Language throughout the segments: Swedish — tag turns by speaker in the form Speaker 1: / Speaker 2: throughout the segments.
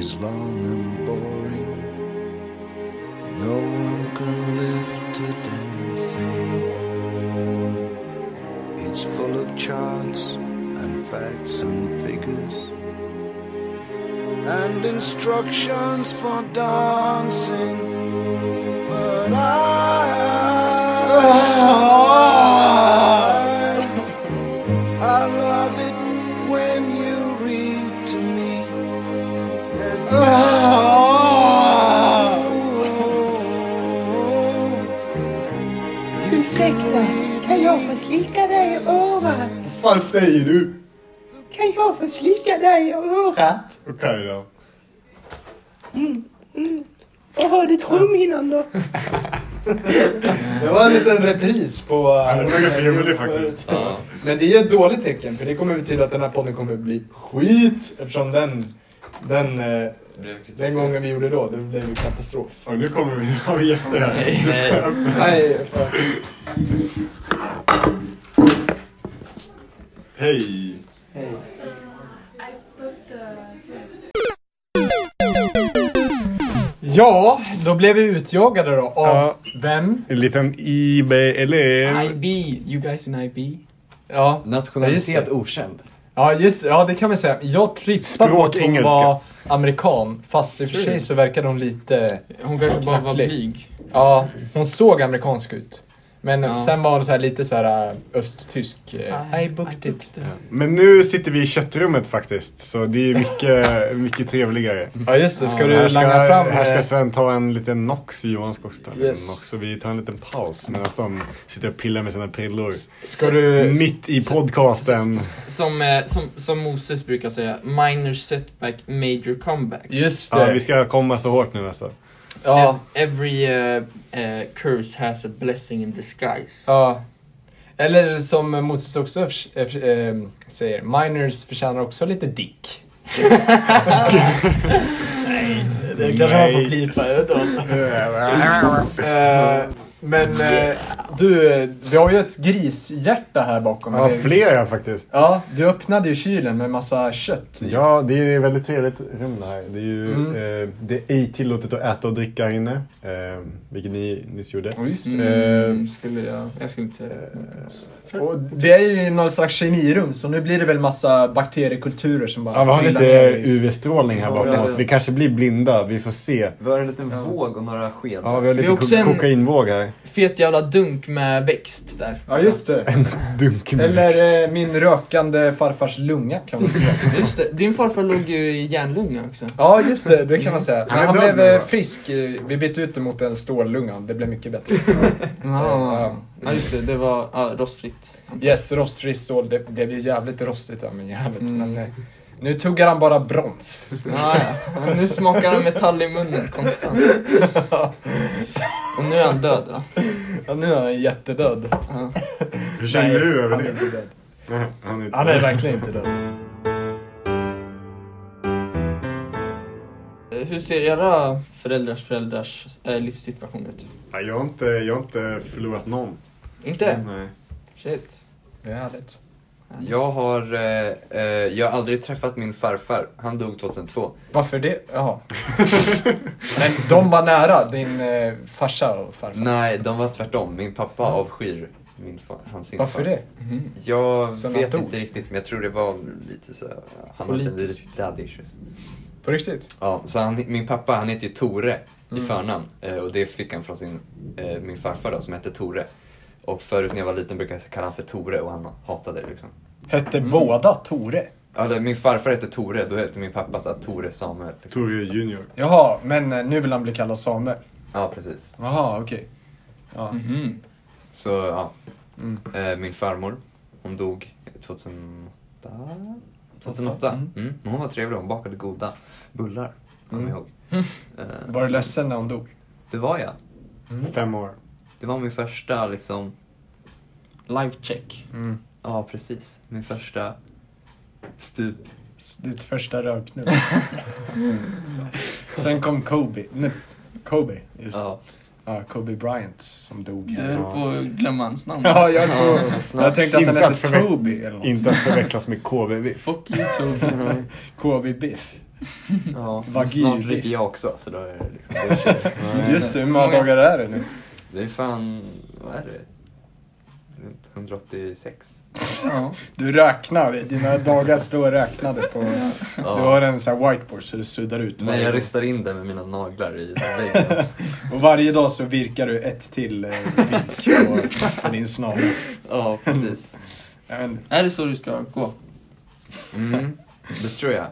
Speaker 1: is long and boring. No one can lift a damn thing. It's full of charts and facts and figures and instructions for dancing. But I, I, I love it when you read to me. And
Speaker 2: Ursäkta, kan jag få slicka dig i örat?
Speaker 3: Vad fan säger du?
Speaker 2: Kan jag få slicka dig i örat? Mm,
Speaker 3: Okej då.
Speaker 2: Jag hörde trumhinnan då.
Speaker 4: Det var en liten repris på... eh,
Speaker 3: Ja, det var ganska roligt faktiskt.
Speaker 5: Ja.
Speaker 4: Men det är ett dåligt tecken för det kommer betyda att den här podden kommer bli skit eftersom den, den, eh,
Speaker 5: Blev kritiserad.
Speaker 4: den gången vi gjorde då, det blev ju katastrof.
Speaker 3: Och nu kommer vi, har vi gäster här.
Speaker 5: Nej.
Speaker 4: Nej, fan.
Speaker 3: Hej!
Speaker 4: Ja, då blev vi utjagade då av
Speaker 3: Ja.
Speaker 4: vem?
Speaker 3: En liten IB-elev.
Speaker 6: IB, you guys in IB?
Speaker 4: Ja, Ja, just
Speaker 5: Nationalitet
Speaker 4: det.
Speaker 5: okänd.
Speaker 4: ja, just, det. ja det kan man säga. Jag trippade på
Speaker 3: Språk
Speaker 4: att hon
Speaker 3: engelska.
Speaker 4: var amerikan fast i och för sig så verkade hon lite...
Speaker 6: Hon kanske bara var
Speaker 4: Knacklig.
Speaker 6: blyg.
Speaker 4: Ja, hon såg amerikansk ut. Men
Speaker 6: Ja.
Speaker 4: sen var hon så här lite så här äh, östtysk. eh, I booked it.
Speaker 3: Men nu sitter vi i köttrummet faktiskt, så det är mycket, mycket trevligare.
Speaker 4: Ja just det, ska
Speaker 3: Ja,
Speaker 4: du
Speaker 3: här
Speaker 4: langa fram?
Speaker 3: Här ska
Speaker 4: eh,
Speaker 3: Sven ta en liten Nox, Johan ska också ta en
Speaker 4: Yes.
Speaker 3: liten Nox. Så vi tar en liten paus medan de sitter och pillar med sina pillor.
Speaker 4: Ska du...
Speaker 3: Mitt i podcasten.
Speaker 6: Som, eh, som, som Moses brukar säga, minor setback, major comeback.
Speaker 4: Just
Speaker 3: Ja,
Speaker 4: det.
Speaker 3: vi ska komma så hårt nu alltså.
Speaker 4: ja.
Speaker 6: Ev- Every eh, eh, curse has a blessing in disguise.
Speaker 4: ja. Eller som Moses också förs- eh, förs- ehm, säger, miners förtjänar också lite dick. Nej,
Speaker 3: det kanske man får Nej.
Speaker 4: pipa ut Men eh, du, eh, vi har ju ett grishjärta här bakom.
Speaker 3: Ja,
Speaker 4: eller?
Speaker 3: flera faktiskt.
Speaker 4: Ja, du öppnade ju kylen med massa kött i.
Speaker 3: Ja, det är ett väldigt trevligt rum det här. Det är ju
Speaker 4: Typ. Mm.
Speaker 3: eh, det är ej tillåtet att äta och dricka här inne, eh, vilket ni nyss gjorde.
Speaker 4: Ja, just det.
Speaker 6: Mm,
Speaker 3: eh,
Speaker 6: skulle jag, jag skulle inte säga det.
Speaker 4: Och vi är ju i någon slags kemirum, så nu blir det väl massa bakteriekulturer som bara
Speaker 3: Ja, vi har
Speaker 4: trillar
Speaker 3: lite
Speaker 4: ner i-
Speaker 3: UV-strålning här bakom
Speaker 5: Ja.
Speaker 3: oss. Vi kanske blir blinda, vi får se.
Speaker 5: Vi har en liten
Speaker 4: Ja.
Speaker 5: våg och några skedar.
Speaker 3: Ja, vi har lite
Speaker 6: Vi har också
Speaker 3: ko-
Speaker 6: en-
Speaker 3: kokainvåg här.
Speaker 6: Fet jävla dunk med växt där.
Speaker 4: Ja, just det.
Speaker 3: Dunk med växt.
Speaker 4: Eller eh, min rökande farfars lunga kan man säga.
Speaker 6: Just det, din farfar låg ju i järnlunga också.
Speaker 4: Ja, just det. Det kan man säga.
Speaker 3: men
Speaker 4: Men han
Speaker 3: den
Speaker 4: blev
Speaker 3: var
Speaker 4: eh,
Speaker 3: bra.
Speaker 4: frisk. eh, Vi bytte ut det mot en stållunga. Det blev mycket bättre.
Speaker 6: Ja, Eh, ja just det, det var ja, rostfritt.
Speaker 4: Yes, rostfri stål. Det det blev ju jävligt rostigt av min jävel. Men eh, nu tuggar han bara brons.
Speaker 6: Ja, ja. Nu smakar han metall i munnen konstant. Och nu är han död va?
Speaker 4: Ja, nu är han jättedöd.
Speaker 6: Ja.
Speaker 3: Hur känner du över
Speaker 4: han är
Speaker 3: det?
Speaker 4: inte död.
Speaker 3: Nej, Han är inte-
Speaker 4: Han är verkligen inte död.
Speaker 6: Eh, Hur ser era föräldrars föräldrars eh, livssituation ut?
Speaker 3: Ja, jag, har inte, jag har inte förlorat någon.
Speaker 4: Mm.
Speaker 3: eh,
Speaker 6: Inte?
Speaker 3: Nej.
Speaker 6: Shit.
Speaker 4: Det är härligt.
Speaker 5: Jag har, eh, eh, jag har aldrig träffat min farfar. Han dog 2002.
Speaker 4: Varför det? Jaha. Men de var nära, din eh, farsa och farfar.
Speaker 5: Nej, de var tvärtom. Min pappa avskyr min far, hans sin
Speaker 4: Varför
Speaker 5: far.
Speaker 4: det?
Speaker 6: Mhm.
Speaker 5: Jag
Speaker 4: Sen han
Speaker 5: vet
Speaker 4: dog.
Speaker 5: inte riktigt, men jag tror det var lite så. Han hade
Speaker 6: Politiskt.
Speaker 5: lite daddy issues.
Speaker 4: På riktigt?
Speaker 5: Ja, så han, min pappa, han heter ju Tore i
Speaker 4: Mm.
Speaker 5: förnamn. eh, Och det fick han från sin, eh, min farfar då, som hette Tore. Och förut när jag var liten brukade jag kalla honom för Tore och han hatade det liksom.
Speaker 4: Hette båda Tore?
Speaker 5: Eller min farfar hette Tore, då hette min pappa så här, Tore Samuel. Liksom.
Speaker 3: Tore Junior.
Speaker 4: Jaha, men eh, nu vill han bli kallad Samuel.
Speaker 5: Ja, precis.
Speaker 4: Jaha, okej. Ja.
Speaker 6: Mhm.
Speaker 5: Så ja,
Speaker 4: Mm.
Speaker 5: eh, min farmor, hon dog 2008. 2008.
Speaker 4: Mm.
Speaker 5: Mm. Men hon var trevlig, hon bakade goda bullar. Kommer
Speaker 4: Mm.
Speaker 5: jag ihåg. Eh,
Speaker 4: Var du
Speaker 5: så-
Speaker 4: ledsen när hon dog?
Speaker 5: Det var jag.
Speaker 4: Mm.
Speaker 3: Fem år.
Speaker 5: Det var min första liksom,
Speaker 6: Life check.
Speaker 4: Mm.
Speaker 5: ja precis, min första stup.
Speaker 4: Ditt första röknull. Sen kom Kobe. Nej, Kobe. Just. Ja.
Speaker 5: Ja.
Speaker 4: Kobe Bryant som dog.
Speaker 6: Jag höll på att glömma hans namn.
Speaker 4: Ja, jag, kom,
Speaker 5: snabbt.
Speaker 4: jag tänkte att han
Speaker 3: Inte att
Speaker 4: hette
Speaker 3: förväx-
Speaker 4: Toby eller något.
Speaker 3: Inte att förväxlas med KBV.
Speaker 6: Fuck you Toby.
Speaker 4: Kobe Biff.
Speaker 5: Ja,
Speaker 4: Vagil.
Speaker 5: snart dricker jag också så då är det liksom... då är det kört.
Speaker 4: Just det, hur många dagar är det nu?
Speaker 5: Det är fan, vad är det? Runt 186.
Speaker 6: Ja.
Speaker 4: Du räknar, dina dagar står räknade på... Du har en sån här whiteboard så du suddar ut
Speaker 5: Nej,
Speaker 4: varje
Speaker 5: jag
Speaker 4: dag.
Speaker 5: ristar in det med mina naglar i väggen.
Speaker 4: Och varje dag så virkar du ett till eh, vink på, på din snabel.
Speaker 5: Ja, precis.
Speaker 4: Ja, men,
Speaker 6: Är det så du ska gå?
Speaker 5: Mm, det tror jag.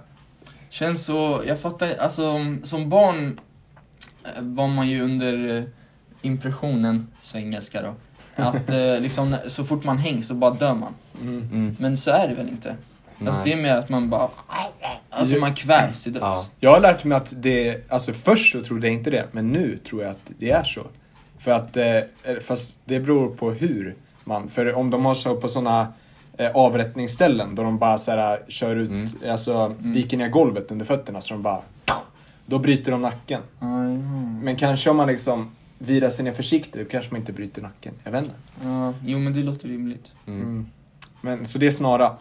Speaker 6: Känns så, jag fattar alltså som barn eh, var man ju under eh, impressionen, svengelska då, att eh, liksom när- så fort man hängs så bara dör man.
Speaker 5: Mm.
Speaker 6: Men så är det väl inte? Alltså det är mer att man bara, alltså
Speaker 4: Jo.
Speaker 6: man kvävs till döds.
Speaker 4: Jag har lärt mig att det, alltså först så trodde jag inte det, men nu tror jag att det är så. För att, eh, fast det beror på hur man, för om de har så på sådana eh, avrättningsställen då de bara så här, eh, kör ut,
Speaker 5: Mm.
Speaker 4: alltså viker ner golvet under fötterna så de bara, då bryter de nacken.
Speaker 6: Ja,
Speaker 5: Mm.
Speaker 6: ja.
Speaker 4: Men kanske om man liksom virar sig ner försiktigt, då kanske man inte bryter nacken. Jag vet inte.
Speaker 6: Ja, jo men det låter rimligt.
Speaker 5: Mm.
Speaker 4: Men, så det är snara.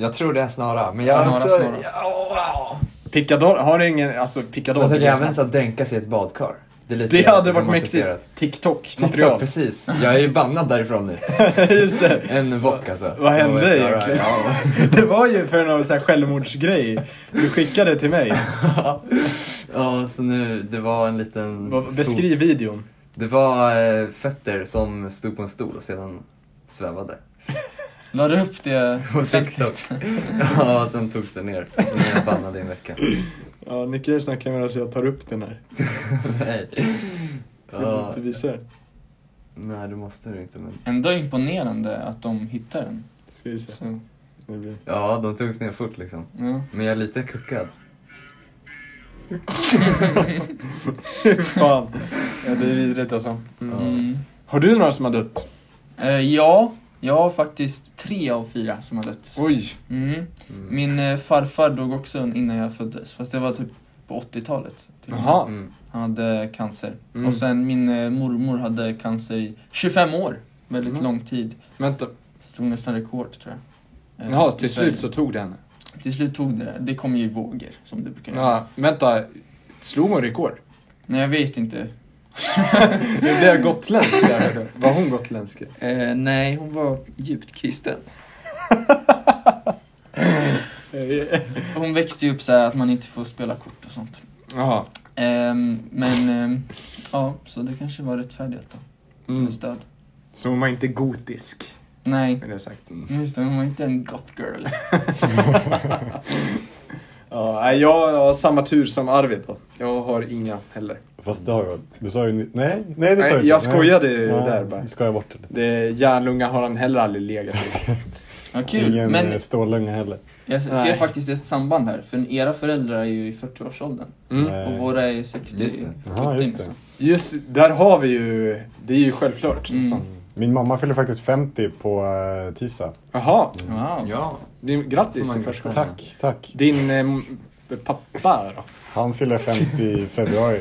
Speaker 5: Jag tror det är snara, men jag har
Speaker 6: Snara,
Speaker 5: också...
Speaker 6: snarast.
Speaker 5: Ja,
Speaker 4: Picador, har du ingen, alltså
Speaker 5: wow.
Speaker 4: picador?
Speaker 5: Man tänker
Speaker 4: det är
Speaker 5: även
Speaker 4: snabbt.
Speaker 5: så att dränka sig i ett badkar. Det, är lite
Speaker 4: det hade varit mäktigt.
Speaker 5: romantiserat. TikTok,
Speaker 4: TikTok-material.
Speaker 5: precis. Jag är ju bannad därifrån nu.
Speaker 4: Just det.
Speaker 5: En bock alltså.
Speaker 4: Vad hände
Speaker 5: Jag vet, ja,
Speaker 4: egentligen?
Speaker 5: ja.
Speaker 4: Det var ju för någon så här självmordsgrej du skickade till mig.
Speaker 5: Ja, så nu, det var en liten...
Speaker 4: Vad- Beskriv videon.
Speaker 5: Det var eh, fötter som stod på en stol och sedan svävade.
Speaker 6: La du upp det
Speaker 5: På TikTok. ja, och sen togs det ner. Och sen är jag bannad i en vecka.
Speaker 4: Ja, ni kan ju snacka medan jag tar upp den här.
Speaker 5: Nej.
Speaker 4: Jag vill
Speaker 5: Ja,
Speaker 4: inte visa den.
Speaker 5: nej, det måste du inte. Men...
Speaker 6: Ändå imponerande att de hittar den.
Speaker 4: Ska vi se.
Speaker 6: Så,
Speaker 4: Det blir-
Speaker 5: Ja, de togs ner fort liksom.
Speaker 6: ja.
Speaker 5: Men jag är lite kuckad.
Speaker 4: Fan. Ja, det är vidrigt alltså. Mm.
Speaker 6: Mm.
Speaker 4: Har du några som har dött?
Speaker 6: Eh, ja, jag har faktiskt tre av fyra som har dött.
Speaker 4: Oj.
Speaker 6: Mm.
Speaker 5: Mm.
Speaker 6: Min eh, farfar dog också innan jag föddes, fast det var typ på 80-talet. till och med.
Speaker 4: Jaha.
Speaker 5: Mm.
Speaker 6: Han hade cancer.
Speaker 4: Mm.
Speaker 6: Och sen min eh, mormor hade cancer i 25 år. Väldigt
Speaker 4: Mm.
Speaker 6: lång tid.
Speaker 4: Vänta.
Speaker 6: Stod nästan rekord tror jag. Eh,
Speaker 4: Jaha,
Speaker 6: i
Speaker 4: till
Speaker 6: Sverige.
Speaker 4: slut så tog det henne.
Speaker 6: Till slut tog det det. Det kom ju i vågor, som det brukar göra.
Speaker 4: Ja, vänta. Slog hon rekord?
Speaker 6: Nej, jag vet inte.
Speaker 4: Det blev gotländsk där. hörde jag. Var hon gotländsk?
Speaker 6: Eh, nej, hon var djupt kristen. Hon växte ju upp så här att man inte får spela kort och sånt.
Speaker 4: Jaha.
Speaker 6: Ehm, men, ehm, ja, så det kanske var rättfärdigt då.
Speaker 4: Mm.
Speaker 6: Hennes död.
Speaker 4: Så hon var inte gotisk,
Speaker 6: Nej,
Speaker 4: med det sagt.
Speaker 3: Mm.
Speaker 6: just det, hon var inte en goth girl.
Speaker 4: Ja, nej, jag har samma tur som Arvid då. Jag har inga heller.
Speaker 3: Fast det har jag. Du sa ju... ni- Nej, nej det sa
Speaker 4: Nej,
Speaker 3: du inte.
Speaker 4: jag skojade ju
Speaker 3: Nej,
Speaker 4: där bara.
Speaker 3: Du skojade bort det lite.
Speaker 4: Det, järnlunga har han heller aldrig legat i.
Speaker 6: Ja, kul.
Speaker 3: Ingen
Speaker 6: men
Speaker 3: eh, stålunge heller.
Speaker 6: jag ser
Speaker 4: Nej.
Speaker 6: faktiskt ett samband här, för era föräldrar är ju i 40-årsåldern
Speaker 4: Mm.
Speaker 3: Nej.
Speaker 6: och våra är 60
Speaker 5: Just det.
Speaker 3: Jaha, just det.
Speaker 6: liksom.
Speaker 4: Just där har vi ju, det är ju självklart. liksom.
Speaker 6: Mm.
Speaker 4: nästan.
Speaker 3: Min mamma fyller faktiskt 50 på eh, tisdag.
Speaker 4: Jaha,
Speaker 3: Mm.
Speaker 6: Wow.
Speaker 5: Ja.
Speaker 4: din,
Speaker 5: Får
Speaker 4: grattis i
Speaker 5: man
Speaker 4: förskott.
Speaker 5: gratta?
Speaker 3: Tack, tack.
Speaker 4: Din eh, m- pappa då?
Speaker 3: Han fyller 50 i februari.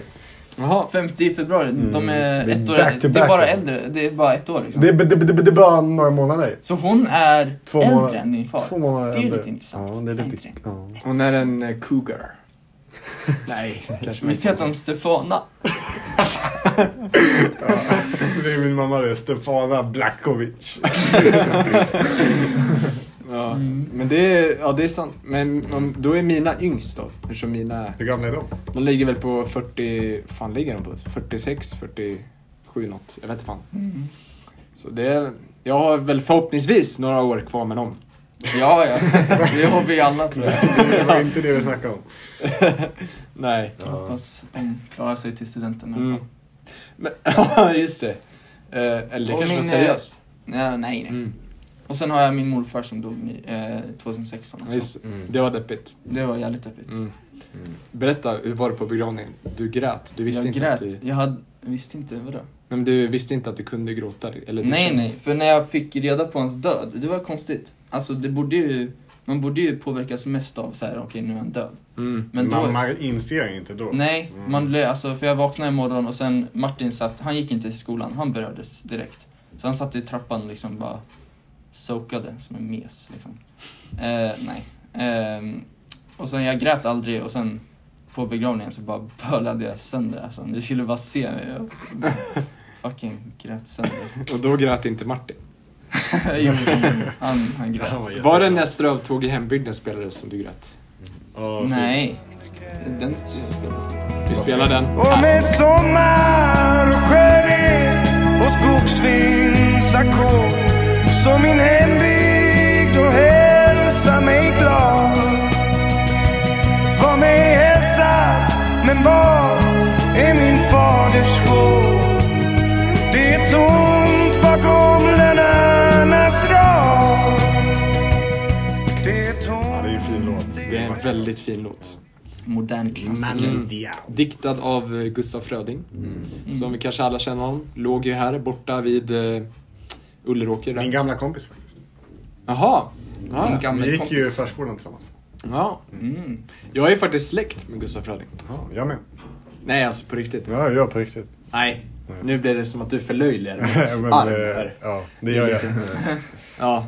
Speaker 4: Jaha,
Speaker 6: 50 i februari, de är
Speaker 3: Mm. Det är
Speaker 6: ett år
Speaker 3: back to
Speaker 6: Det är
Speaker 3: back.
Speaker 6: bara äldre, det är bara ett år liksom.
Speaker 3: Det är, det, det, det är bara några månader.
Speaker 6: Så hon är
Speaker 3: Två
Speaker 6: äldre
Speaker 3: månader-
Speaker 6: än din far?
Speaker 3: Två månader
Speaker 6: Det är
Speaker 3: äldre.
Speaker 6: lite intressant.
Speaker 3: Ja, det är lite...
Speaker 6: Äldre.
Speaker 3: Ja.
Speaker 4: hon är en eh, cougar. Nej, kanske man
Speaker 6: Visst heter
Speaker 4: inte.
Speaker 6: hon Stefana?
Speaker 3: Det är min mamma det, Stefana Blackovic.
Speaker 4: Ja.
Speaker 6: Mm.
Speaker 4: Men det är, ja, det är sant. Men om, då är mina yngst då. Eftersom mina,
Speaker 3: Hur gamla är de?
Speaker 4: de ligger väl på 40, fan ligger de på? 46, 47 något. Jag vet inte fan.
Speaker 6: Mm.
Speaker 4: Så det är, jag har väl förhoppningsvis några år kvar med dem.
Speaker 6: Ja, ja. Det har vi alla tror jag.
Speaker 3: Det var inte det vi snackade om.
Speaker 4: Nej.
Speaker 5: Ja.
Speaker 6: Hoppas de klarar sig till studenten i alla
Speaker 4: Mm.
Speaker 6: fall.
Speaker 4: Men, just det. Eh, eller det
Speaker 6: Och
Speaker 4: kanske var
Speaker 6: min, eh,
Speaker 4: seriöst.
Speaker 6: Ja, nej, nej.
Speaker 4: Mm.
Speaker 6: Och sen har jag min morfar som dog ny- eh, 2016
Speaker 4: Ja,
Speaker 6: också.
Speaker 4: Just, det.
Speaker 5: Mm.
Speaker 4: det var deppigt.
Speaker 6: Det var jävligt deppigt.
Speaker 4: Mm.
Speaker 5: Mm.
Speaker 4: Berätta, hur var det på begravningen? Du grät. Du visste
Speaker 6: jag
Speaker 4: inte
Speaker 6: grät.
Speaker 4: Att du,
Speaker 6: Jag hade, visste inte, vadå?
Speaker 4: nej, men du visste inte att du kunde gråta? Eller du
Speaker 6: Nej,
Speaker 4: kände-
Speaker 6: nej. För när jag fick reda på hans död, det var konstigt. Alltså, det borde ju, man borde ju påverkas mest av så här, okej nu är han död.
Speaker 4: Mm.
Speaker 6: Men då,
Speaker 3: Mamma inser inte då.
Speaker 6: Nej,
Speaker 3: Mm.
Speaker 6: man blev, alltså, för jag vaknade imorgon och sen Martin satt, han gick inte till skolan, han berördes direkt. Så han satt i trappan och liksom bara soakade som en mes. Liksom. Eh, nej. Ehm, Och sen jag grät aldrig och sen på begravningen så bara bölade jag sönder alltså. Ni skulle bara se mig. Jag fucking grät sönder.
Speaker 4: Och då grät inte Martin.
Speaker 6: jo, han, han grät.
Speaker 4: Var det när Strövtåg i hembygden spelades som du grät?
Speaker 6: Nej, den spelades inte.
Speaker 4: Vi spelar den. Ah,
Speaker 7: Och med sommar och skönhet och skogsvinds ackord så min hembygd och hälsa mig glad. Var mig hälsad, men var är min faders gård? Det är tomt bakom lennarnas rad. Det är
Speaker 3: Ja, det är ju en fin låt.
Speaker 4: Det är en väldigt fin låt.
Speaker 6: Modern klassiker.
Speaker 4: Mm. Diktad av eh, Gustaf Fröding. Som vi kanske alla känner honom. Låg ju här borta vid eh, Ulleråker.
Speaker 3: Min
Speaker 4: där.
Speaker 3: gamla kompis faktiskt.
Speaker 4: Jaha. Ja,
Speaker 6: Min
Speaker 4: ja.
Speaker 6: gamla
Speaker 3: Vi gick ju i
Speaker 6: kompis.
Speaker 3: förskolan tillsammans.
Speaker 4: ja.
Speaker 6: Mm.
Speaker 4: Jag är faktiskt släkt med Gustaf Fröding.
Speaker 3: Ja, jag med.
Speaker 4: Nej, alltså på riktigt.
Speaker 3: Ja, jag på riktigt.
Speaker 4: Nej.
Speaker 3: Nej.
Speaker 4: Nu blir det som att du förlöjligar mitt
Speaker 3: Men,
Speaker 4: arv
Speaker 3: eh,
Speaker 4: här.
Speaker 3: ja, det gör jag.
Speaker 4: Ja.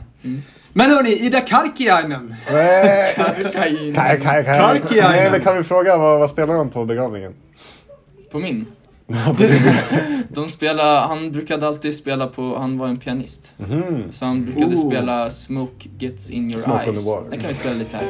Speaker 4: Men hörni, Ida Karkiainen.
Speaker 3: Nej. Kaj,
Speaker 6: Kokain.
Speaker 3: kaj, kaj.
Speaker 4: Karkiainen.
Speaker 3: Nej, men kan vi fråga vad, vad spelar de på begravningen?
Speaker 6: På min? De spelar, han brukade alltid spela på, han var en pianist.
Speaker 3: Mhm.
Speaker 6: Så han brukade
Speaker 4: Ooh.
Speaker 6: spela Smoke Gets In Your
Speaker 3: Smoke on
Speaker 6: Eyes.
Speaker 3: the water.
Speaker 6: Den kan vi spela lite här.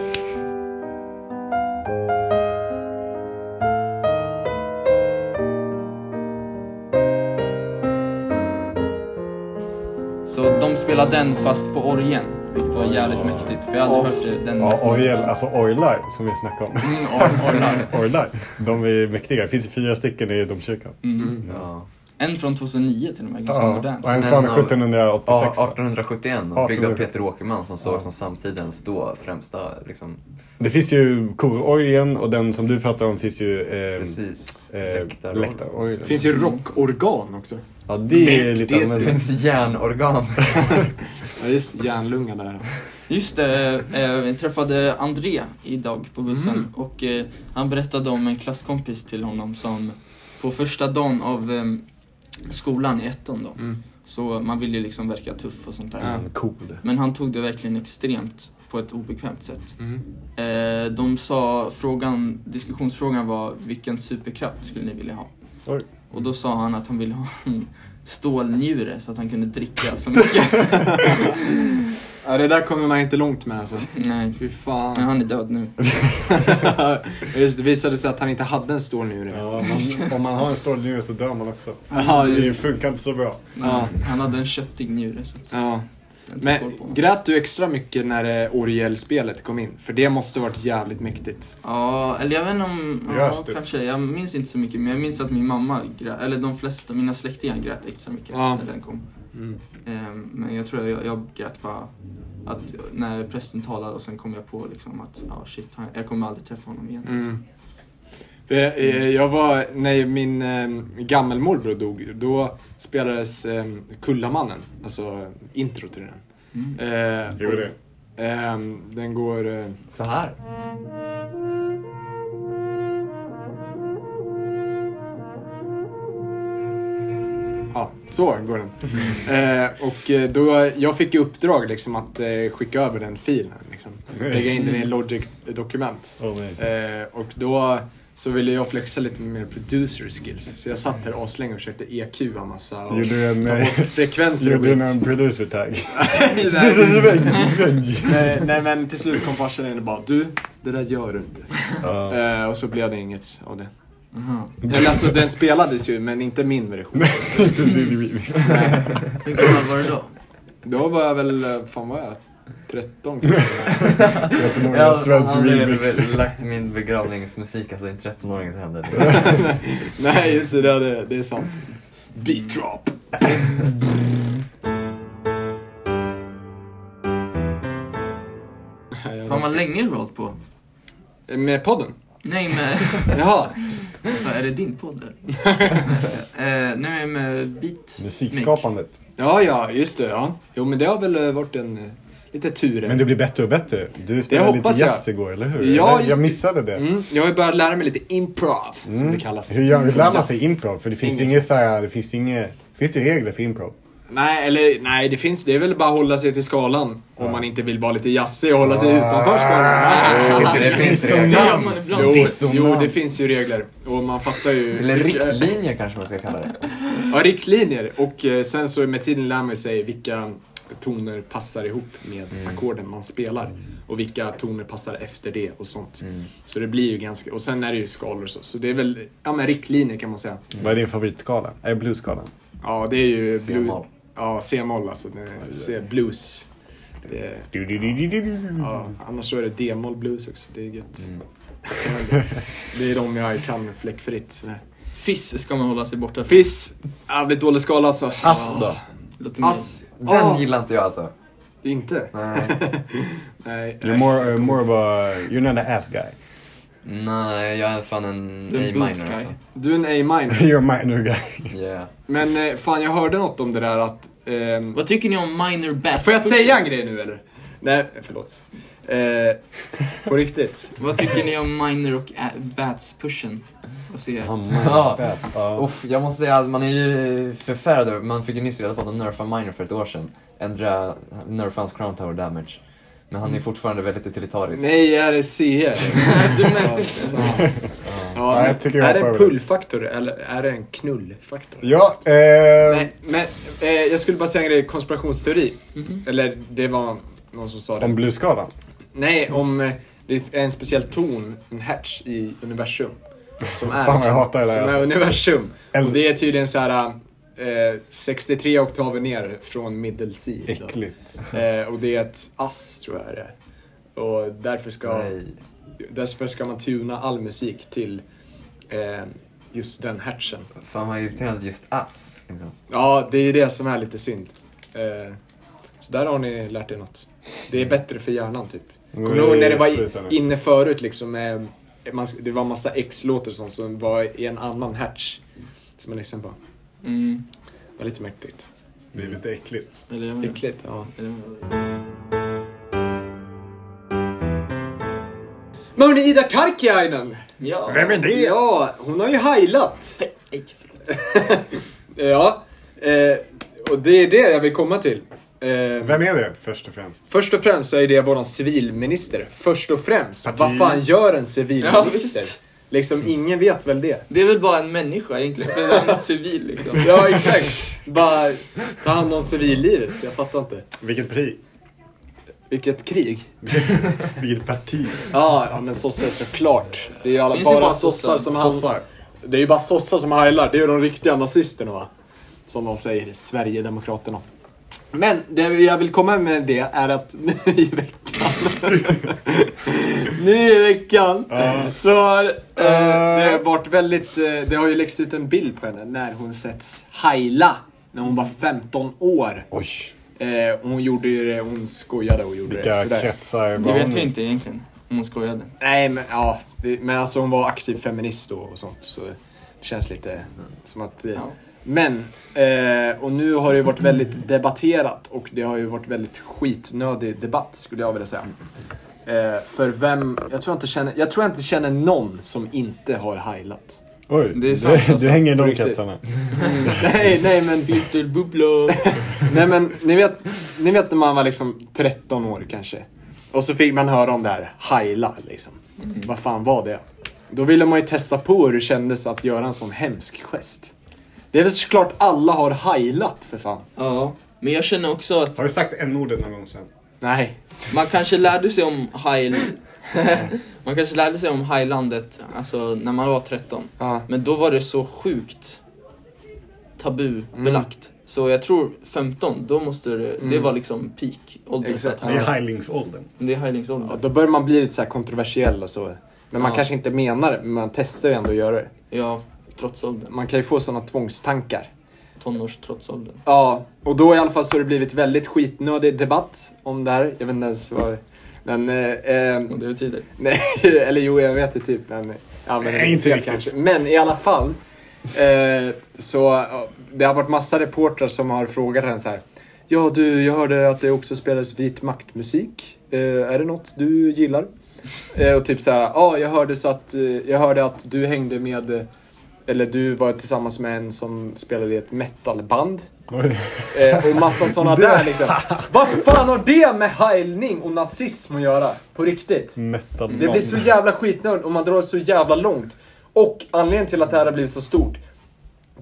Speaker 6: Så de spelar den fast på orgeln, vilket var jävligt mäktigt. För jag hade aldrig hört det- den
Speaker 3: Ja, Orgel, alltså Orlive som vi snackade om.
Speaker 5: Mm.
Speaker 6: orgeln.
Speaker 3: Orlive. De är mäktiga. Det finns ju fyra stycken i domkyrkan.
Speaker 5: Ja.
Speaker 6: Mm. En från 2009 till och med, ganska
Speaker 3: Ja,
Speaker 6: modern.
Speaker 3: och en
Speaker 5: Mm, Den
Speaker 3: från
Speaker 5: av-
Speaker 3: 1786.
Speaker 5: Ja, 1871 och byggd av
Speaker 3: 1871.
Speaker 5: Peter Åkerman som sågs som samtidens då främsta liksom,
Speaker 3: Det finns ju kororgeln och den som du pratar om finns ju eh,
Speaker 5: precis,
Speaker 3: eh,
Speaker 5: läktarorgel.
Speaker 3: läktarorgeln.
Speaker 4: Det finns ju rockorgan också.
Speaker 3: Ja, det är lite
Speaker 5: Det
Speaker 3: annorlunda.
Speaker 5: finns järnorgan.
Speaker 4: Ja, just Järnlunga där.
Speaker 6: Just det, eh, vi träffade André idag på bussen och eh, han berättade om en klasskompis till honom som på första dagen av eh, skolan i ettan då,
Speaker 4: Mm.
Speaker 6: så man vill ju liksom verka tuff och sånt där.
Speaker 4: Ja.
Speaker 3: Mm, Cool.
Speaker 6: Men han tog det verkligen extremt på ett obekvämt sätt.
Speaker 4: Mm.
Speaker 6: Eh, de sa, frågan, diskussionsfrågan var vilken superkraft skulle ni vilja ha?
Speaker 3: Oj.
Speaker 6: Och då sa han att han ville ha en stålnjure så att han kunde dricka så mycket.
Speaker 4: Ja, det där kommer man inte långt med alltså.
Speaker 6: Nej,
Speaker 4: Fy fan.
Speaker 6: men han är död nu.
Speaker 4: Just det, visade sig att han inte hade en stålnjure. Ja,
Speaker 3: Ja, man, om man har en stålig njure så dör man också. Det
Speaker 4: just
Speaker 3: funkar inte så bra.
Speaker 4: Ja.
Speaker 6: Han hade en köttig njure så att
Speaker 4: Mm. ja.
Speaker 6: den tog koll
Speaker 4: Men
Speaker 6: på honom.
Speaker 4: grät du extra mycket när eh, orgelspelet kom in? För det måste varit jävligt mäktigt.
Speaker 6: Ja, eller jag vet inte om... Ja,
Speaker 3: Grös du?
Speaker 6: kanske. Jag minns inte så mycket, men jag minns att min mamma grät, eller de flesta, mina släktingar grät extra mycket
Speaker 4: Ja.
Speaker 6: när den kom. Ehm, Men jag tror jag, jag grät bara att när prästen talade och sen kom jag på liksom att ja shit, han, jag kommer aldrig träffa honom igen.
Speaker 4: Mm. För, eh, jag var, när min eh, gammelmorbror dog, då spelades eh, Kullamannen, alltså intro till den.
Speaker 6: Mm.
Speaker 4: Eh,
Speaker 3: Gjorde det.
Speaker 4: och, ehm, den går... Eh,
Speaker 5: Så här.
Speaker 4: Ja, så går den. eh, och eh, då, jag fick i uppdrag liksom, att eh, skicka över den filen. Liksom. Lägga in den i Logic-dokument.
Speaker 3: Oh, nej.
Speaker 4: Eh, och då så ville jag flexa lite med mer producer skills. Så jag satt här aslänge och försökte EQa massa och
Speaker 3: Gjorde du en,
Speaker 4: ta bort
Speaker 3: eh,
Speaker 4: frekvenser och
Speaker 3: gjorde du en
Speaker 4: skit.
Speaker 3: producer tag?
Speaker 4: nej, nej, nej men till slut kom farsan in och bara du, det där gör du inte.
Speaker 3: Ja.
Speaker 4: Eh, och så blev det inget av det.
Speaker 6: Aha.
Speaker 4: Eller alltså den spelades ju men inte min version.
Speaker 6: Hur gammal var du då?
Speaker 4: Då var jag väl, eh, fan var jag? 13 kanske?
Speaker 3: Ja, Svensk
Speaker 5: hade
Speaker 3: remix.
Speaker 5: väl lagt min begravningsmusik alltså i en 13-åring så hände det.
Speaker 4: Nej just det, det, hade- det är sant. Beat drop. Nej, jag
Speaker 6: Fan vad
Speaker 4: måste-
Speaker 6: länge du har hållit på.
Speaker 4: Med podden?
Speaker 6: Nej men,
Speaker 4: Jaha.
Speaker 6: vad, är det din podd där? Eh, Nej men med beat.
Speaker 3: Musikskapandet.
Speaker 4: Ja, ja, just det. Ja. Jo, men det har väl eh, varit en eh, lite tur.
Speaker 3: Men det blir bättre och bättre. Du spelade lite
Speaker 4: hoppas jag.
Speaker 3: jazz igår, eller hur?
Speaker 4: Ja,
Speaker 3: eller,
Speaker 4: just
Speaker 3: jag
Speaker 4: det.
Speaker 3: missade det.
Speaker 4: Mm, jag har ju börjat lära mig lite improv, som
Speaker 3: Mm.
Speaker 4: det kallas.
Speaker 3: Hur gör, hur lär man
Speaker 4: Jazz.
Speaker 3: sig improv? För det finns
Speaker 4: Inget
Speaker 3: inget så här, det finns inget, finns det regler för improv?
Speaker 4: Nej, eller nej, det, finns, det är väl bara att hålla sig till skalan om man inte vill vara lite jassig och hålla sig utanför skalan.
Speaker 5: Jo, det finns
Speaker 6: Det
Speaker 5: regler.
Speaker 6: gör man ibland.
Speaker 4: Jo,
Speaker 3: Dissonans.
Speaker 4: jo, det finns ju regler. Och man fattar ju...
Speaker 5: Eller
Speaker 4: vilka-
Speaker 5: riktlinjer kanske man ska kalla det.
Speaker 4: Ja, riktlinjer. Och eh, sen så med tiden lär man sig vilka toner passar ihop med ackorden man spelar. Och vilka toner passar efter det och sånt. Så det blir ju ganska... Och sen är det ju skalor och så. Så det är väl, ja men riktlinjer kan man säga.
Speaker 3: Vad är din favoritskala? Är bluesskalan?
Speaker 4: Ja, det är ju...
Speaker 5: C-moll.
Speaker 4: Ja, C-moll alltså. Det- C, blues. Det är, ja, annars så är det D-moll blues också. Det är gött. Det är de jag kan fläckfritt. så det-
Speaker 6: Fiss ska man hålla sig borta från.
Speaker 4: Fiss! Jävligt dålig skala alltså.
Speaker 3: Ass då?
Speaker 6: Låter mer-
Speaker 4: Ass!
Speaker 5: Den
Speaker 4: Ah,
Speaker 5: gillar inte jag alltså.
Speaker 4: inte?
Speaker 5: Nej.
Speaker 4: Nej.
Speaker 3: You're more, uh, more of a... You're not an ass guy.
Speaker 5: Nej, jag är fan en
Speaker 6: Du är en
Speaker 5: A-minor
Speaker 6: boobs guy.
Speaker 5: alltså.
Speaker 4: Du är en A-minor.
Speaker 3: You're a minor guy.
Speaker 5: Yeah.
Speaker 4: Men eh, fan, jag hörde något om det där att... ehm,
Speaker 6: Vad tycker ni om minor bass?
Speaker 4: får jag säga en grej nu eller? Nej, förlåt. Eh, på riktigt.
Speaker 6: Vad tycker ni om minor och a- bats-pushen? Vad säger jag?
Speaker 5: Ja.
Speaker 3: Ja.
Speaker 5: Uff, jag måste säga att man är ju förfärad över, man fick ju nyss reda på att de nerfade Minor för ett år sedan. Ändra, nerfa hans crown tower damage. Men
Speaker 6: Mm.
Speaker 5: han är fortfarande väldigt utilitarisk.
Speaker 4: Nej, är det CE?
Speaker 6: Du märkte inte.
Speaker 4: Ja,
Speaker 3: Nej,
Speaker 4: men
Speaker 3: jag tycker jag
Speaker 4: är det
Speaker 3: hoppar
Speaker 4: en
Speaker 3: över det.
Speaker 4: pullfaktor eller är det en knullfaktor?
Speaker 3: Ja, eh,
Speaker 4: Nej, men eh, jag skulle bara säga en grej. Konspirationsteori.
Speaker 6: Mhm.
Speaker 4: Eller det var någon som sa det.
Speaker 3: om bluesskalan.
Speaker 4: Nej, om eh, det är en speciell ton, en hertz i universum. Som är,
Speaker 3: Fan, jag hatar det där,
Speaker 4: som är
Speaker 3: alltså.
Speaker 4: universum.
Speaker 3: En-
Speaker 4: Och det är tydligen så här eh, 63 oktaver ner från middle C. då.
Speaker 3: Äckligt.
Speaker 4: Eh, och det är ett ass tror jag det är. Och därför ska,
Speaker 5: Nej.
Speaker 4: därför ska man tuna all musik till eh, just den hertzen.
Speaker 5: Fan vad irriterande just ass. Liksom.
Speaker 4: Ja, det är ju det som är lite synd. Eh, så där har ni lärt er något. Det är bättre för hjärnan typ. Kommer du ihåg när det var i-
Speaker 3: Mm. Sluta nu.
Speaker 4: inne förut liksom med, man, det var massa X-låtar och sånt som var i en annan hertz. Som man liksom bara,
Speaker 6: Mm.
Speaker 4: var lite mäktigt.
Speaker 3: Det är lite äckligt.
Speaker 6: Eller jag vet inte.
Speaker 4: Äckligt, ja.
Speaker 6: Eller jag vet inte.
Speaker 4: Men hon är Ida Karkiainen!
Speaker 6: Ja.
Speaker 3: Vem är det?
Speaker 4: Ja, hon har ju heilat.
Speaker 6: Nej,
Speaker 4: ja, eh, och det är det jag vill komma till. Eh,
Speaker 3: Vem är det först och främst?
Speaker 4: Först och främst så är det våran civilminister. Först och främst,
Speaker 3: Parti.
Speaker 4: vad fan gör en
Speaker 6: Ja,
Speaker 4: civilminister?
Speaker 6: visst.
Speaker 4: liksom, ingen vet väl det?
Speaker 6: Det är väl bara en människa egentligen, för han är civil liksom.
Speaker 4: Ja, exakt. Bara ta hand om civillivet. Jag fattar inte.
Speaker 3: Vilket parti?
Speaker 4: Vilket krig.
Speaker 3: Vilket parti?
Speaker 4: Ja, ja men sossar såklart. Det är ju alla,
Speaker 6: Finns ju
Speaker 4: bara
Speaker 6: bara
Speaker 4: sossar
Speaker 6: sossar.
Speaker 4: som han... Det är ju bara sossar som heilar. Det är ju de riktiga nazisterna va? Som de säger, Sverigedemokraterna. Men det jag vill komma med det är att nu i veckan... nu i veckan så har eh, det har varit väldigt... Eh, det har ju läckt ut en bild på henne när hon setts heila. När hon var 15 år.
Speaker 3: Oj,
Speaker 4: Eh, hon gjorde ju det, hon skojade och gjorde det.
Speaker 3: vilka
Speaker 4: Sådär.
Speaker 3: kretsar
Speaker 6: Det
Speaker 3: var
Speaker 6: vet
Speaker 3: hon
Speaker 6: vi
Speaker 3: i?
Speaker 6: inte egentligen, om hon skojade.
Speaker 4: Nej, men ja. Det, men alltså hon var aktiv feminist då och sånt. Så det känns lite som att... eh,
Speaker 6: Ja.
Speaker 4: Men, eh, och nu har det ju varit väldigt debatterat och det har ju varit väldigt skitnödig debatt skulle jag vilja säga. Eh, för vem, jag tror, jag inte känner, jag tror jag inte känner någon som inte har heilat.
Speaker 3: Oj,
Speaker 6: Det är
Speaker 3: du-
Speaker 6: sant, alltså.
Speaker 3: du hänger i de
Speaker 4: Riktigt.
Speaker 3: kretsarna.
Speaker 4: nej, nej men... Filterbubblor. nej men, ni vet, ni vet när man var liksom 13 år kanske. Och så fick man höra om det här, heila liksom. Vad fan var det? Då ville man ju testa på hur det kändes att göra en sån hemsk gest. Det är väl såklart alla har heilat för fan.
Speaker 6: Ja. Men jag känner också att
Speaker 3: Har du sagt en ordet någon gång sen?
Speaker 4: Nej.
Speaker 6: man kanske lärde sig om Hail... man kanske lärde sig om Highlandet, alltså när man var 13.
Speaker 4: Ja.
Speaker 6: Men då var det så sjukt tabubelagt.
Speaker 4: Mm.
Speaker 6: Så jag tror 15, då måste det, det var liksom peak ålder för att
Speaker 4: Exakt.
Speaker 3: Det är
Speaker 6: heila.
Speaker 3: heilingsåldern.
Speaker 6: Det är heilingsåldern.
Speaker 4: Ja, då börjar man bli lite så här kontroversiell och så. Men man
Speaker 6: Ja.
Speaker 4: kanske inte menar det, men man testar ju ändå att göra det.
Speaker 6: Ja, trotsåldern.
Speaker 4: Man kan ju få sådana tvångstankar.
Speaker 6: Tonårstrotsåldern.
Speaker 4: Ja, och då i alla fall så har det blivit väldigt skitnödig debatt om det här. Jag vet inte ens vad... Men... Eh, eh,
Speaker 6: Och det betyder.
Speaker 4: nej, eller jo, jag vet det typ. Men, ja, men
Speaker 3: Nej, inte
Speaker 4: fel
Speaker 3: riktigt.
Speaker 4: Men i alla fall. Eh, så ja, det har varit massa reportrar som har frågat henne så här. Ja du, jag hörde att det också spelas vit maktmusik. Eh, är det något du gillar? Eh, och typ så här, ja jag hörde så att, eh, jag hörde att du hängde med eh, eller du var tillsammans med en som spelade i ett metalband.
Speaker 3: Oj.
Speaker 4: Eh, och massa sådana där liksom. Vad fan har det med heilning och nazism att göra? På riktigt.
Speaker 3: Metal
Speaker 4: Det blir så jävla skitnörd om man drar så jävla långt. Och anledningen till att det här har blivit så stort,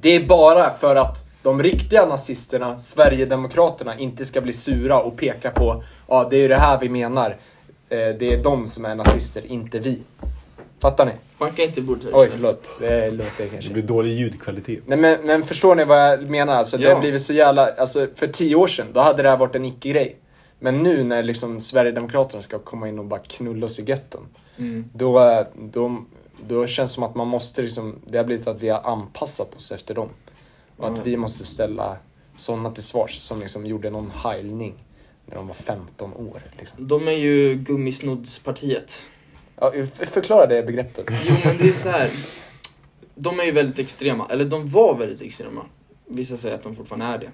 Speaker 4: det är bara för att de riktiga nazisterna, Sverigedemokraterna, inte ska bli sura och peka på ja, ah, det är ju det här vi menar. Eh, det är de som är nazister, inte vi. Fattar ni?
Speaker 6: Backa inte bordet.
Speaker 4: Oj, förlåt. Det låter kanske...
Speaker 3: Det blir dålig ljudkvalitet.
Speaker 4: Nej men, men förstår ni vad jag menar? Alltså, Det
Speaker 8: Ja.
Speaker 4: har blivit så jävla, alltså, för tio år sedan, då hade det här varit en icke-grej. Men nu när liksom Sverigedemokraterna ska komma in och bara knulla oss i götten.
Speaker 6: Mm.
Speaker 4: Då, eh, då, då känns det som att man måste liksom, det har blivit att vi har anpassat oss efter dem. Och
Speaker 6: Mm.
Speaker 4: att vi måste ställa sådana till svars som liksom gjorde någon heilning när de var 15 år. Liksom.
Speaker 6: De är ju gummisnoddspartiet.
Speaker 4: Ja, f- förklara det begreppet.
Speaker 6: Jo men det är så här. De är ju väldigt extrema, eller de var väldigt extrema. Vissa säger att de fortfarande är det.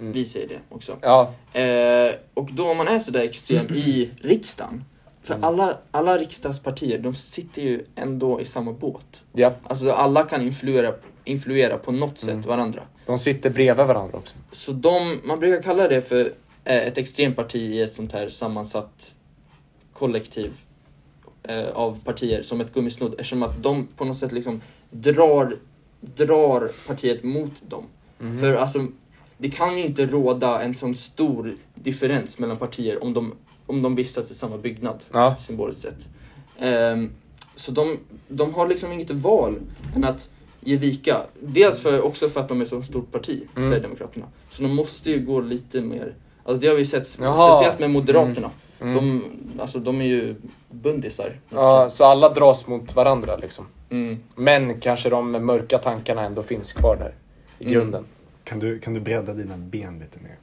Speaker 4: Mm.
Speaker 6: Vi säger det också.
Speaker 4: Ja,
Speaker 6: Eh, och då om man är sådär extrem i riksdagen, för alla, alla riksdagspartier de sitter ju ändå i samma båt.
Speaker 4: ja,
Speaker 6: Alltså alla kan influera, influera på något sätt
Speaker 4: Mm.
Speaker 6: varandra.
Speaker 4: de sitter bredvid varandra också.
Speaker 6: Så de, man brukar kalla det för eh, ett extremt parti i ett sånt här sammansatt kollektiv eh, av partier som ett gummisnodd eftersom att de på något sätt liksom drar, drar partiet mot dem. För
Speaker 4: Mm.
Speaker 6: alltså, det kan ju inte råda en sån stor differens mellan partier om de, om de vistas i samma byggnad,
Speaker 4: Ja.
Speaker 6: symboliskt sett. Ehm, så de, de har liksom inget val än att ge vika. Dels för, också för att de är så stort parti,
Speaker 4: Mm.
Speaker 6: Sverigedemokraterna. Så de måste ju gå lite mer, alltså det har vi sett
Speaker 4: Jaha.
Speaker 6: speciellt med Moderaterna.
Speaker 4: Mm.
Speaker 6: De, alltså de är ju bundisar.
Speaker 4: Ja, så alla dras mot varandra liksom.
Speaker 6: Mm.
Speaker 4: Men kanske de mörka tankarna ändå finns kvar där i
Speaker 6: Mm.
Speaker 4: grunden.
Speaker 3: Kan du, kan du bredda dina ben lite mer?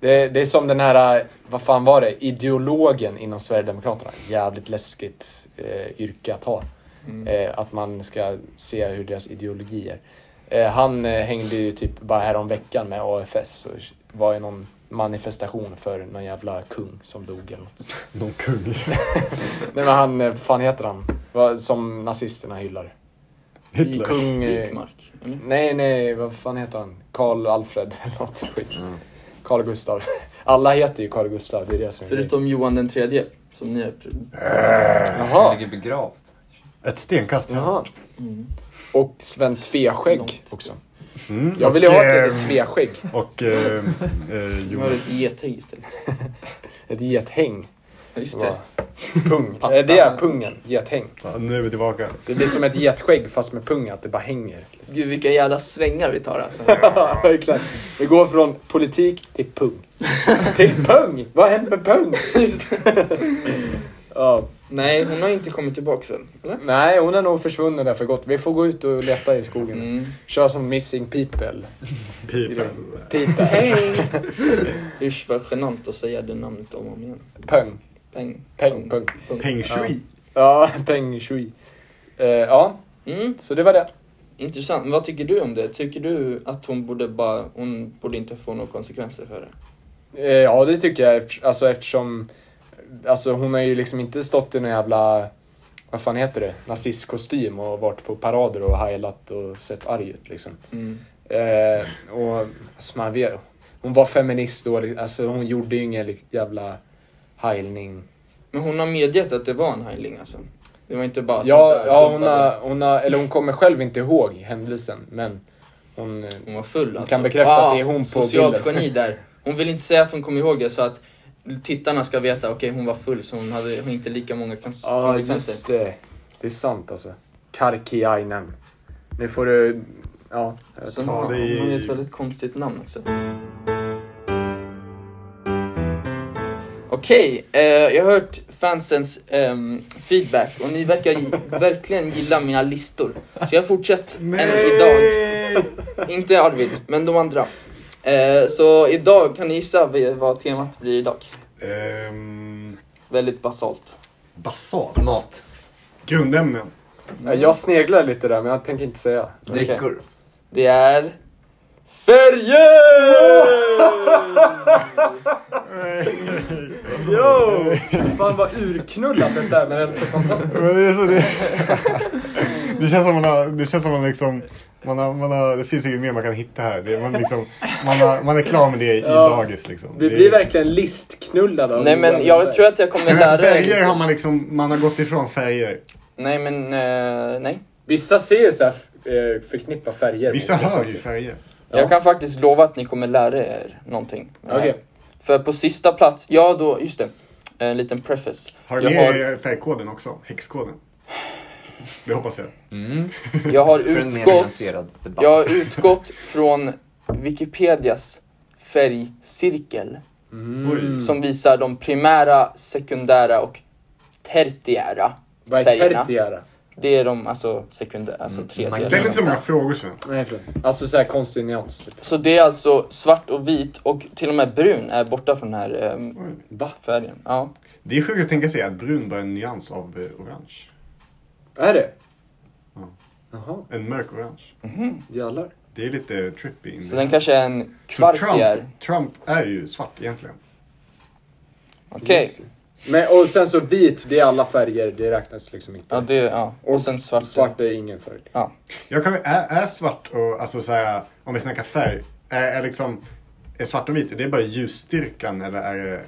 Speaker 4: Det, det är som den här, eh, vad fan var det, ideologen inom Sverigedemokraterna. Jävligt läskigt eh, yrke att ha.
Speaker 3: Mm.
Speaker 4: Eh, att man ska se hur deras ideologi är. Eh, han eh, hängde ju typ bara häromveckan med AFS och var i någon manifestation för någon jävla kung som dog eller något.
Speaker 3: Någon kung.
Speaker 4: Nej men han, eh, vad fan heter han? Vad- Som nazisterna hyllar.
Speaker 3: Hitler.
Speaker 4: Kung... eh,
Speaker 6: Wikmark, eller?
Speaker 4: Nej, nej, vad fan heter han? Karl Alfred eller något skit.
Speaker 3: Mm.
Speaker 4: Carl Gustav. Alla heter ju Carl Gustav, det är det som är grejen.
Speaker 6: Förutom Johan den tredje, som ni är...
Speaker 5: Som
Speaker 4: Jaha.
Speaker 5: ligger begravt.
Speaker 3: Ett stenkast.
Speaker 4: Jaha.
Speaker 6: Mm.
Speaker 4: Och Sven Tveskägg
Speaker 6: Långt.
Speaker 4: också.
Speaker 3: Mm.
Speaker 4: Jag vill ju ha
Speaker 3: Och,
Speaker 4: ett
Speaker 3: ehm,
Speaker 4: litet tveskägg.
Speaker 3: Och eh, eh,
Speaker 6: Nu
Speaker 3: jo,
Speaker 6: har du ett gethägg istället.
Speaker 4: Ett gethäng.
Speaker 6: Ja, Just det.
Speaker 4: Pung. Eh, Det är pungen, gethäng.
Speaker 3: ja, nu är vi tillbaka.
Speaker 4: Det blir som ett getskägg fast med pung, att det bara hänger.
Speaker 6: Gud vilka jävla svängar vi tar alltså.
Speaker 4: Verkligen. Vi går från politik till pung. till pung! Vad händer med pung?
Speaker 6: Just det.
Speaker 4: Ja.
Speaker 6: Nej, hon har inte kommit tillbaka än, eller?
Speaker 4: Nej, hon är nog försvunnen där för gott. Vi får gå ut och leta i skogen.
Speaker 6: Mm.
Speaker 4: Kör som missing people.
Speaker 3: Pipen.
Speaker 4: People.
Speaker 6: Hej! Usch vad genant att säga det namnet om och om igen.
Speaker 4: Pung.
Speaker 6: Peng.
Speaker 4: Peng, pung.
Speaker 6: pung.
Speaker 3: Peng Shui.
Speaker 4: Ja, peng shui. Eh, ja,
Speaker 6: Mm,
Speaker 4: så det var det.
Speaker 6: intressant. Men vad tycker du om det? Tycker du att hon borde bara, hon borde inte få några konsekvenser för det?
Speaker 4: Eh, ja, det tycker jag. Efter, alltså eftersom... Alltså hon har ju liksom inte stått i någon jävla... Vad fan heter det? Nazistkostym och varit på parader och heilat och sett arg ut liksom.
Speaker 6: Mm.
Speaker 4: Eh, och alltså man vet, Hon var feminist då. Alltså hon gjorde ju ingen li- jävla heilning.
Speaker 6: Men hon har medgett att det var en heiling alltså? Det var inte bara att så
Speaker 4: Ja,
Speaker 6: här
Speaker 4: ja hon,
Speaker 6: dumpade.
Speaker 4: har, hon har... Eller hon kommer själv inte ihåg händelsen, men hon... eh,
Speaker 6: Hon var full alltså.
Speaker 4: kan bekräfta att det är hon på
Speaker 6: Socialt
Speaker 4: bilden.
Speaker 6: geni där. Hon vill inte säga att hon kommer ihåg det så att tittarna ska veta, okej hon var full så hon hade hon inte lika många kons-
Speaker 4: Ja,
Speaker 6: konsekvenser.
Speaker 4: just det. Det är sant alltså. Karkiainen. Nu får du... Ja. jag
Speaker 6: Sen
Speaker 4: tar-
Speaker 6: har hon
Speaker 3: dig i-
Speaker 6: hon har ju ett väldigt konstigt namn också. Okej, eh, jag har hört fansens ehm, feedback och ni verkar gi- verkligen gilla mina listor. Så jag har fortsatt än idag. Inte Arvid, men de andra. Eh, så idag, kan ni gissa vad- vad temat blir idag?
Speaker 3: Ehm,
Speaker 6: Väldigt basalt.
Speaker 3: basalt.
Speaker 5: Mat.
Speaker 3: Grundämnen.
Speaker 4: Ja, Jag sneglar lite där, men jag tänker inte säga.
Speaker 5: Drickor.
Speaker 6: Det är färger!
Speaker 4: Yo! Fan vad urknullat det där med den så fantastiskt.
Speaker 3: Men det är så det... Det känns som man har, det känns som man liksom, man har, man har, det finns inget mer man kan hitta här. Det, man, liksom, man, har, man är klar med det i
Speaker 9: Ja.
Speaker 3: dagis liksom.
Speaker 9: Vi
Speaker 3: Det-
Speaker 9: blir verkligen listknullade av
Speaker 5: Nej men jag tror att jag kommer
Speaker 3: Nej, men
Speaker 5: lära
Speaker 3: färger har
Speaker 5: er.
Speaker 3: man liksom, man har gått ifrån färger.
Speaker 5: Nej men, eh, nej.
Speaker 9: Vissa ser ju såhär eh, förknippa färger.
Speaker 3: Vissa
Speaker 9: med olika
Speaker 3: hör
Speaker 9: saker.
Speaker 3: ju färger.
Speaker 5: Jag kan faktiskt lova att ni kommer lära er någonting.
Speaker 9: Okej.
Speaker 5: Eh, För på sista plats, ja då, just det. En liten preface.
Speaker 3: Har du
Speaker 5: Jag
Speaker 3: med
Speaker 5: har-
Speaker 3: er färgkoden också? Häxkoden? Det hoppas jag.
Speaker 5: Mm.
Speaker 6: Jag har
Speaker 5: För en mer nyanserad debatt.
Speaker 6: Jag har utgått från Wikipedias färgcirkel
Speaker 3: Oj.
Speaker 9: Mm.
Speaker 6: som visar de primära, sekundära och tertiära.
Speaker 9: Vad är
Speaker 6: Färgerna.
Speaker 9: tertiära?
Speaker 6: Det är de alltså sekundära, alltså
Speaker 5: Mm,
Speaker 6: tredje.
Speaker 5: Max-
Speaker 3: Ställ inte så många frågor sen.
Speaker 9: Nej förlåt. Alltså såhär konstig nyans. typ.
Speaker 6: Så det är alltså svart och vit och till och med brun är borta från den här ehm,
Speaker 3: Oj.
Speaker 9: Va?
Speaker 6: färgen. Ja.
Speaker 3: Det är sjukt att tänka sig att brun bara är en nyans av eh, orange.
Speaker 9: Är det?
Speaker 3: Ja.
Speaker 9: Jaha,
Speaker 3: En mörk orange.
Speaker 9: jävlar.
Speaker 3: Det är lite trippy. in
Speaker 6: Så
Speaker 3: det.
Speaker 6: den kanske är en
Speaker 3: Så
Speaker 6: kvartier.
Speaker 3: Trump, Trump är ju svart egentligen.
Speaker 6: Okej.
Speaker 9: Just det. Men, och sen så vit, det är alla färger, det räknas liksom inte.
Speaker 6: Ja, det, ja. Och sen svart.
Speaker 9: Alltså, Svart är ingen färg.
Speaker 3: Jag kan, är, är svart och, alltså så här, om vi snackar färg, är, är liksom, är svart och vit, är det bara ljusstyrkan eller är det,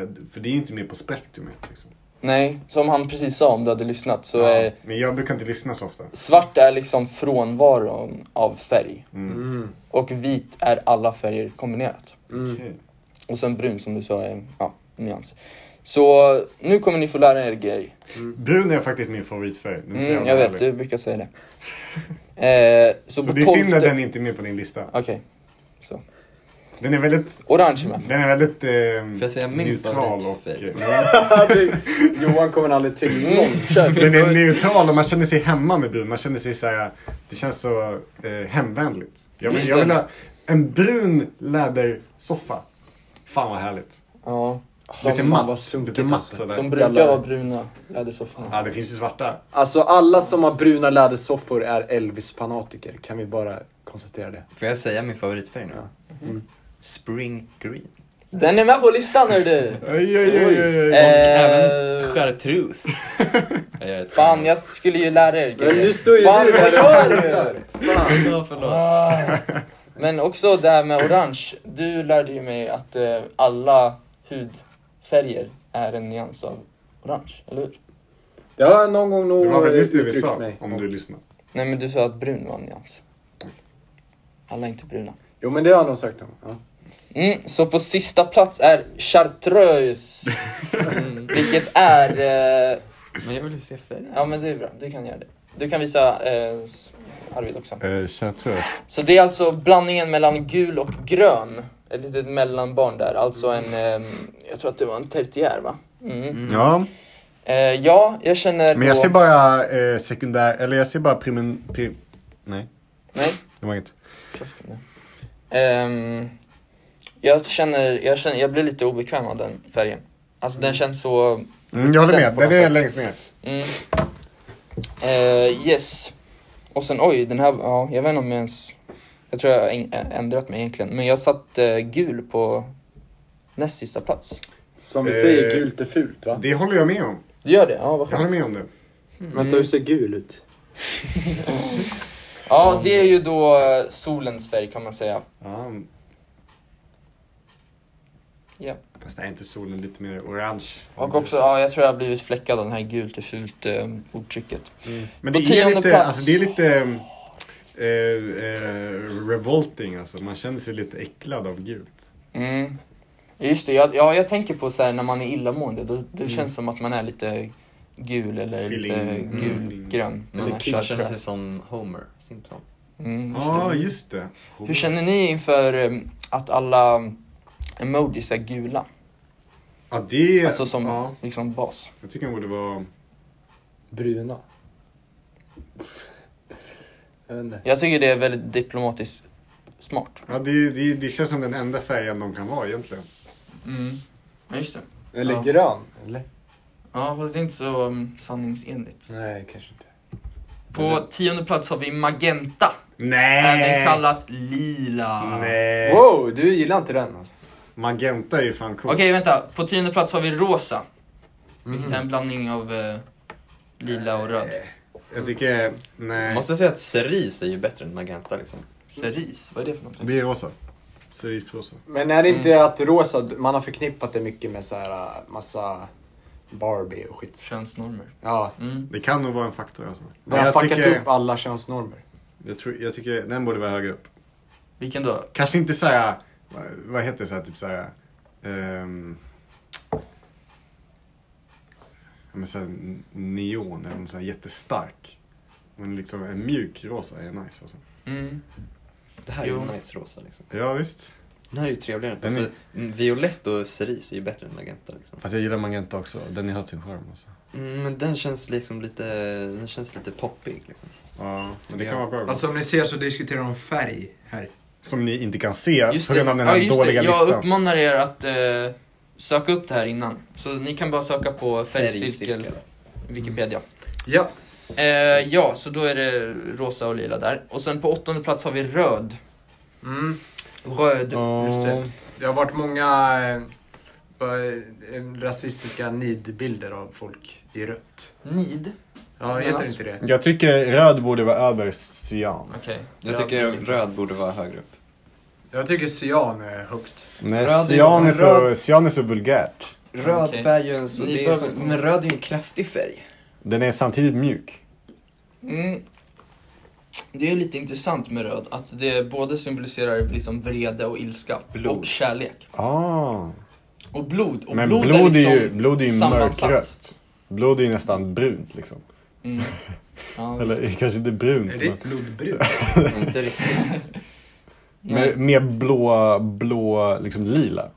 Speaker 3: är- för det är ju inte med på spektrumet liksom.
Speaker 6: Nej, som han precis sa om du hade lyssnat så
Speaker 3: Ja,
Speaker 6: är
Speaker 3: Men jag brukar inte lyssna så ofta.
Speaker 6: svart är liksom frånvaron av färg.
Speaker 9: Mm.
Speaker 6: Och vit är alla färger kombinerat. Mm.
Speaker 3: Okej.
Speaker 6: Och sen brun som du sa är, ja, nyans. Så nu kommer ni få lära er grejer.
Speaker 3: Brun är faktiskt min favoritfärg. Den är så
Speaker 6: Mm,
Speaker 3: jävla
Speaker 6: jag vet,
Speaker 3: härlig.
Speaker 6: du brukar säga det. Eh, så,
Speaker 3: Så
Speaker 6: på
Speaker 3: det är synd att den
Speaker 6: tolfte...
Speaker 3: inte är med på din lista.
Speaker 6: Okej,
Speaker 3: Den är väldigt,
Speaker 6: orange är med.
Speaker 3: den är väldigt
Speaker 5: Får jag säga
Speaker 3: eh,
Speaker 5: min
Speaker 3: neutral och...
Speaker 5: favoritfärg?
Speaker 9: Du, Johan kommer aldrig till någon.
Speaker 6: Mm, kör.
Speaker 3: Den är neutral och man känner sig hemma med brun. Man känner sig så här, det känns så eh, hemvänligt. Jag vill,
Speaker 6: Just
Speaker 3: jag
Speaker 6: det.
Speaker 3: vill ha en brun lädersoffa. Fan vad härligt.
Speaker 6: Ja,
Speaker 3: Lite
Speaker 6: de,
Speaker 9: vad
Speaker 3: matt,
Speaker 9: sunkigt
Speaker 3: lite matt
Speaker 9: alltså.
Speaker 3: sådär.
Speaker 6: de brukar
Speaker 9: Jävlar.
Speaker 6: vara bruna lädersofforna.
Speaker 3: Ja, det finns ju svarta.
Speaker 9: Alltså alla som har bruna lädersoffor är Elvis-fanatiker. Kan vi bara konstatera det?
Speaker 5: Får jag säga min favoritfärg nu?
Speaker 9: Ja.
Speaker 6: Mm.
Speaker 5: Spring green.
Speaker 6: Den är med på listan nu du!
Speaker 3: Oj, oj, oj, oj.
Speaker 5: Och
Speaker 6: Eh,
Speaker 5: även chartreuse. jag är ett
Speaker 6: Fan, jag skulle ju lära er
Speaker 9: Men
Speaker 6: grejer.
Speaker 9: nu står ju
Speaker 6: Fan,
Speaker 9: du
Speaker 6: vad gör du?
Speaker 5: Förlåt, förlåt.
Speaker 6: Ah. Men också det här med orange. Du lärde ju mig att eh, alla hudfärger är en nyans av orange, eller hur?
Speaker 9: Det har jag någon gång nog
Speaker 3: Det var väl just det vi
Speaker 9: uttryckt
Speaker 3: sa,
Speaker 9: mig.
Speaker 3: om du lyssnar.
Speaker 6: Nej, men du sa att brun var en nyans. Alla är inte bruna.
Speaker 9: Jo men det har jag nog sagt någon gång. Ja.
Speaker 6: Mm, så på sista plats är chartreuse,
Speaker 5: Mm.
Speaker 6: vilket är... Eh,
Speaker 5: Men jag vill ju se färgen.
Speaker 6: ja, men det är bra. Du kan göra det. Du kan visa eh, Arvid också.
Speaker 3: Eh, Chartreuse.
Speaker 6: Så det är alltså blandningen mellan gul och grön. Ett litet mellanbarn där, alltså en, ehm, jag tror att det var en tertiär va? Mm.
Speaker 3: Ja,
Speaker 6: Eh, ja, jag känner
Speaker 3: men jag
Speaker 6: då...
Speaker 3: ser bara eh, sekundär, eller jag ser bara primen... Prim, nej,
Speaker 6: Nej.
Speaker 3: det var inget.
Speaker 6: Ehm, jag känner, jag känner, jag blir lite obekväm av den färgen. Alltså den känns så...
Speaker 3: Mm, jag håller
Speaker 6: Den
Speaker 3: med,
Speaker 6: på
Speaker 3: den
Speaker 6: något
Speaker 3: är längst
Speaker 6: sätt.
Speaker 3: ner.
Speaker 6: Mm. Eh, yes. Och sen oj, den här, ja jag vet inte om jag ens... Jag tror jag har äng- ä- ändrat mig egentligen, men jag satt eh, gul på näst sista plats.
Speaker 9: Som vi
Speaker 3: Eh,
Speaker 9: säger, gult är fult va?
Speaker 3: Det håller jag med om.
Speaker 6: Du gör det? Ja, vad
Speaker 3: Jag
Speaker 6: skönt.
Speaker 3: håller med om det.
Speaker 9: Vänta, hur ser gul ut?
Speaker 6: Ja, det är ju då eh, solens färg kan man säga.
Speaker 3: Ja.
Speaker 6: Ja.
Speaker 3: Fast är inte solen lite mer orange?
Speaker 6: Och också, ja, jag tror jag har blivit fläckad av den här gult och fult eh, ordtrycket.
Speaker 3: Men
Speaker 6: på
Speaker 3: det
Speaker 6: tionde
Speaker 3: är, lite,
Speaker 6: plats.
Speaker 3: alltså, det är lite eh, eh, revolting alltså. Man känner sig lite äcklad av gult.
Speaker 6: Mm. Just det, jag, ja, jag tänker på så här när man är illamående, då, det känns som att man är lite gul eller lite
Speaker 3: Feeling. Mm.
Speaker 6: gulgrön.
Speaker 5: Man
Speaker 6: Eller
Speaker 5: känner
Speaker 6: chartreuse.
Speaker 5: sig som Homer Simpson.
Speaker 6: Mm,
Speaker 3: Ja,
Speaker 6: just
Speaker 3: ah,
Speaker 6: det.
Speaker 3: just det.
Speaker 6: Hur känner ni inför eh, att alla emojis är gula?
Speaker 3: Ja, det...
Speaker 6: Alltså som
Speaker 3: Ja,
Speaker 6: liksom bas.
Speaker 3: jag tycker det borde vara...
Speaker 9: Bruna. jag vet inte.
Speaker 6: Jag tycker det är väldigt diplomatiskt smart.
Speaker 3: Ja, det, det, det känns som den enda färgen de kan vara egentligen.
Speaker 6: Ja, just det.
Speaker 9: Eller
Speaker 6: Ja.
Speaker 9: grön? Eller?
Speaker 6: Ja, fast det är inte så um, sanningsenligt.
Speaker 9: Nej, kanske inte.
Speaker 6: På tionde plats har vi magenta,
Speaker 3: Nej!
Speaker 6: även kallat lila.
Speaker 3: Nej!
Speaker 9: Wow, du gillar inte den alltså?
Speaker 3: Magenta är ju fan cool.
Speaker 6: Okej, vänta. På tionde Mhm. plats har vi rosa, vilket är en blandning av eh, lila och röd.
Speaker 3: Jag tycker, nej.
Speaker 5: Måste säga att cerise är ju bättre än magenta liksom.
Speaker 6: Cerise, vad är det för någonting?
Speaker 3: Det är rosa. Cerisrosa.
Speaker 9: Men är det inte
Speaker 4: Mm.
Speaker 9: att rosa, man har förknippat det mycket med så här äh, massa Barbie och skit.
Speaker 6: Könsnormer.
Speaker 9: Ja,
Speaker 6: Mm.
Speaker 3: Det kan nog vara en faktor alltså.
Speaker 9: det
Speaker 3: Men
Speaker 9: har
Speaker 3: jag
Speaker 9: fuckat
Speaker 3: tycker,
Speaker 9: upp alla könsnormer.
Speaker 3: jag, tror, jag tycker den borde vara högre upp.
Speaker 6: Vilken då?
Speaker 3: Kanske inte såhär, vad, vad heter det såhär, typ såhär... Um, men såhär n- neon eller någon sån här jättestark. Men liksom en mjuk rosa är nice alltså.
Speaker 6: Mm.
Speaker 5: Det här är ju
Speaker 6: Jo.
Speaker 5: nice rosa liksom.
Speaker 3: Ja visst.
Speaker 5: Den här är ju trevligare.
Speaker 3: Den är-
Speaker 5: Alltså, mm, violett och cerise är ju bättre än magenta liksom.
Speaker 3: Fast jag gillar magenta också. Den har sin charm alltså.
Speaker 5: Mm, men den känns liksom lite, den känns lite poppig liksom.
Speaker 3: Ja, men det
Speaker 5: Ja.
Speaker 3: kan vara bra.
Speaker 4: som Alltså, ni ser så diskuterar de färg här.
Speaker 3: Som ni inte kan se
Speaker 6: Just
Speaker 3: på
Speaker 6: det.
Speaker 3: grund av den här
Speaker 6: ja, just
Speaker 3: dåliga
Speaker 6: det. Jag
Speaker 3: listan.
Speaker 6: uppmanar er att eh, söka upp det här innan. Så ni kan bara söka på färgcirkel Mm. Wikipedia.
Speaker 4: Ja.
Speaker 6: Eh, Ja, så då är det rosa och lila där. Och sen på åttonde plats har vi röd. Mm.
Speaker 4: Mm.
Speaker 6: Röd.
Speaker 4: Just det. Det har varit många eh, bara, eh, rasistiska nidbilder av folk i rött.
Speaker 6: Nid.
Speaker 4: Ja, heter
Speaker 6: Menas-
Speaker 4: inte det?
Speaker 3: Jag tycker röd borde vara över cyan.
Speaker 6: Okej.
Speaker 5: Jag tycker röd borde vara högre upp.
Speaker 4: Jag tycker cyan är högt.
Speaker 3: Nej,
Speaker 5: Röd är-
Speaker 3: cyan, är
Speaker 5: men
Speaker 3: så,
Speaker 5: röd-
Speaker 3: cyan är så vulgärt.
Speaker 5: Röd
Speaker 6: Okej.
Speaker 5: bär ju en så,
Speaker 6: Ni
Speaker 5: det är så,
Speaker 6: behöver inte-
Speaker 5: men röd är ju en kraftig färg.
Speaker 3: Den är samtidigt mjuk.
Speaker 6: Mm. Det är lite intressant med röd, att det både symboliserar liksom vrede och ilska
Speaker 5: Blod.
Speaker 6: och kärlek.
Speaker 3: Ah.
Speaker 6: Och blod. Och
Speaker 3: Men
Speaker 6: blod,
Speaker 3: blod,
Speaker 6: är
Speaker 3: är
Speaker 6: liksom
Speaker 3: ju, blod är ju
Speaker 6: sammansatt.
Speaker 3: mörkrött. Blod är ju nästan brunt liksom.
Speaker 6: Mm. Ja,
Speaker 3: Eller
Speaker 6: visst.
Speaker 3: kanske inte brunt.
Speaker 4: Är
Speaker 3: Men,
Speaker 4: det blodbrun?
Speaker 5: Inte riktigt.
Speaker 6: Nej.
Speaker 3: med, med blå, blå, liksom lila.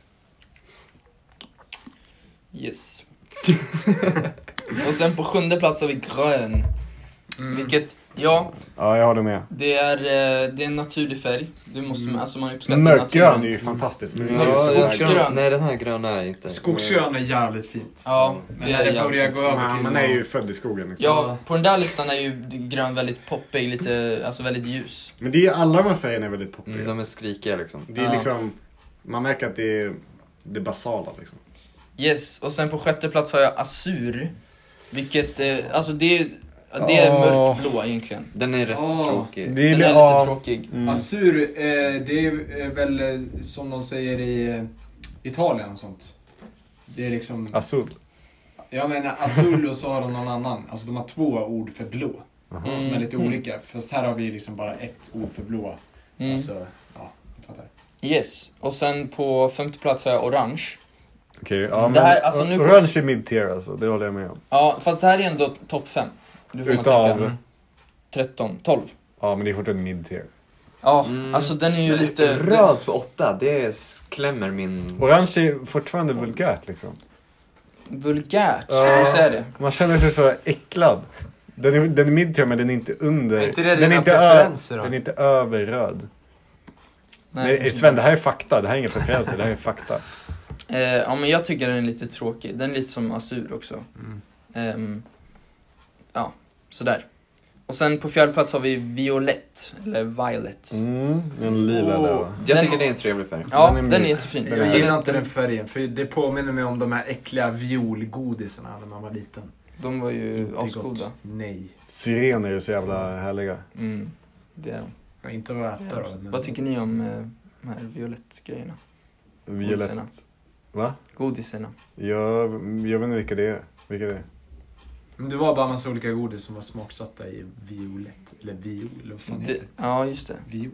Speaker 6: Yes. och sen på sjunde plats har vi grön.
Speaker 3: Mm.
Speaker 4: Mm.
Speaker 6: Vilket, ja,
Speaker 3: Ja, jag håller med.
Speaker 6: det är, eh, det är en naturlig färg. Du måste, alltså man uppskattar
Speaker 3: Mörkgrön Mm. är
Speaker 6: naturen.
Speaker 3: ju fantastiskt.
Speaker 5: Mm.
Speaker 3: Men
Speaker 6: Ja,
Speaker 3: det är ju
Speaker 5: den
Speaker 3: så-
Speaker 6: skogsgrön.
Speaker 5: gröna- Nej, den här gröna är inte.
Speaker 4: Skogsgrön är jävligt fint.
Speaker 6: Ja,
Speaker 4: Men
Speaker 6: det
Speaker 4: när
Speaker 6: är
Speaker 4: det börjar
Speaker 6: jävligt.
Speaker 4: gå över
Speaker 3: Man,
Speaker 4: till...
Speaker 3: man är ju född i skogen. Liksom.
Speaker 6: Ja, på den där listan är ju grön väldigt poppig, lite, alltså väldigt ljus.
Speaker 3: Men det är ju alla de här färgerna är väldigt poppiga.
Speaker 5: Mm, de är skrikiga liksom.
Speaker 3: Det är
Speaker 6: Ja.
Speaker 3: liksom, man märker att det är det basala liksom.
Speaker 6: Yes, och sen på sjätte plats har jag azur. Vilket, eh, alltså det är, det är
Speaker 3: Åh.
Speaker 6: mörkblå egentligen.
Speaker 5: Den är rätt
Speaker 4: Åh.
Speaker 5: tråkig.
Speaker 3: Det är,
Speaker 6: Den är
Speaker 3: ja.
Speaker 6: lite tråkig.
Speaker 3: Mm.
Speaker 4: Azur, eh, det är eh, väl eh, som de säger i eh, Italien och sånt. Det är liksom...
Speaker 3: Azul.
Speaker 4: Jag menar azul och så har de någon annan. Alltså de har två ord för blå.
Speaker 6: Mm.
Speaker 4: Som är lite
Speaker 6: Mm.
Speaker 4: olika. Fast här har vi liksom bara ett ord för blå.
Speaker 6: Mm.
Speaker 4: Alltså, ja, jag fattar.
Speaker 6: Yes, och sen på femte plats har jag orange.
Speaker 3: Okej, ja men
Speaker 6: Det här- alltså, nu-
Speaker 3: orange är mid-tier alltså, det håller jag med om.
Speaker 6: Ja, fast det här är ändå topp 5. Du får man tänka.
Speaker 3: Utav,
Speaker 6: 13, 12.
Speaker 3: ja men det är fortfarande mid-tier.
Speaker 6: Ja,
Speaker 5: Mm.
Speaker 6: alltså den är ju lite...
Speaker 5: Röd på åtta, det är- klämmer min...
Speaker 3: Orange är fortfarande vulgärt liksom.
Speaker 6: Vulgärt, ska jag säga det?
Speaker 3: Man känner sig så äcklad. Den är, den är mid-tier men den är inte under.
Speaker 9: Är inte det
Speaker 3: den, är
Speaker 9: dina
Speaker 3: inte
Speaker 9: preferenser, då?
Speaker 3: den är inte över röd. Nej,
Speaker 6: kanske
Speaker 3: Sven, det här är fakta. Det här är inga preferenser, det här är fakta.
Speaker 6: inte. Eh, ja, men jag tycker den är lite tråkig. Den är lite som Azur också.
Speaker 9: Mm.
Speaker 6: Ehm, ja, sådär. Och sen på fjärde plats har vi Violett, eller Violet.
Speaker 3: Mm, en lila där va?
Speaker 5: Jag
Speaker 6: Den-
Speaker 5: tycker det är en trevlig färg.
Speaker 6: Ja,
Speaker 3: Den är
Speaker 6: den är,
Speaker 3: mjuk.
Speaker 6: jättefin.
Speaker 3: Den är
Speaker 4: Jag gillar
Speaker 6: Den-
Speaker 4: inte den färgen, för det påminner mig om de här äckliga violgodisarna när man var liten.
Speaker 6: De var ju
Speaker 4: Inte gott.
Speaker 6: asgoda.
Speaker 4: Nej.
Speaker 3: Syrener är ju så jävla härliga.
Speaker 6: Mm, det är de.
Speaker 4: Jag har Inte vad äta då. men-
Speaker 6: Vad tycker ni om eh, de här Violett-grejerna?
Speaker 3: Violett.
Speaker 6: Godiserna.
Speaker 3: Va?
Speaker 6: Godiserna.
Speaker 3: Jag, jag vet inte vilka det är. Vilka det är?
Speaker 4: Men det var bara massa olika godis som var smaksatta i violett. Eller viol, eller vad fan heter
Speaker 6: Det,
Speaker 4: det?
Speaker 6: ja, just det.
Speaker 4: Viol.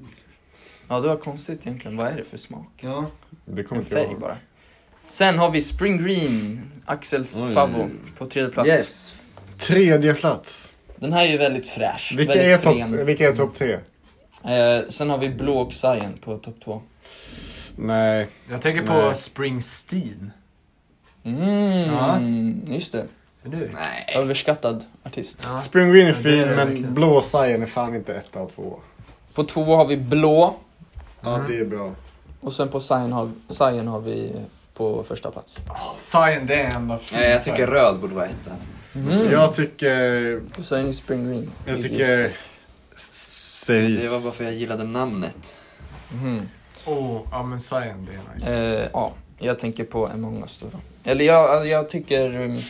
Speaker 6: Ja, det var konstigt egentligen. Vad är det för smak?
Speaker 4: Ja.
Speaker 3: Det kommer
Speaker 6: En
Speaker 3: inte jag
Speaker 6: färg
Speaker 3: ihåg.
Speaker 6: bara. Sen har vi Spring Green, Axels
Speaker 3: Oj.
Speaker 6: favvo, på tredje plats.
Speaker 5: Yes.
Speaker 3: Tredje plats.
Speaker 6: Den här är ju väldigt fräsch.
Speaker 3: Vilka är,
Speaker 6: väldigt
Speaker 3: topp, vilka är topp tre?
Speaker 6: Eh, sen har vi Blå och Cyan på topp två.
Speaker 3: Nej.
Speaker 4: Jag tänker på
Speaker 3: Nej.
Speaker 4: Springsteen.
Speaker 6: Mm,
Speaker 4: Ja.
Speaker 6: just det.
Speaker 4: Är du?
Speaker 5: Nej.
Speaker 6: Överskattad artist.
Speaker 4: Ja.
Speaker 3: Spring Green är
Speaker 4: Ja, det är
Speaker 3: fin,
Speaker 4: det
Speaker 3: men
Speaker 4: verkligen.
Speaker 3: blå Cyan är fan inte ett av två.
Speaker 6: På två har vi Blå
Speaker 3: Ja, det är bra.
Speaker 6: och sen på Cyan har, Cyan har vi på första plats.
Speaker 4: Cyan, det är en av
Speaker 5: Nej, jag tycker röd borde vara etta. Alltså.
Speaker 6: Mm.
Speaker 3: Jag tycker...
Speaker 6: Och sen är det Spring Green.
Speaker 3: Jag tycker...
Speaker 5: Det var
Speaker 3: Cerise.
Speaker 5: bara för jag gillade namnet.
Speaker 3: Mm.
Speaker 6: Mhm.
Speaker 4: Oh, ja men Cyan, det är nice.
Speaker 6: Eh, ja, alltså, jag tänker på Among us då. Eller jag, jag tycker... um, mm,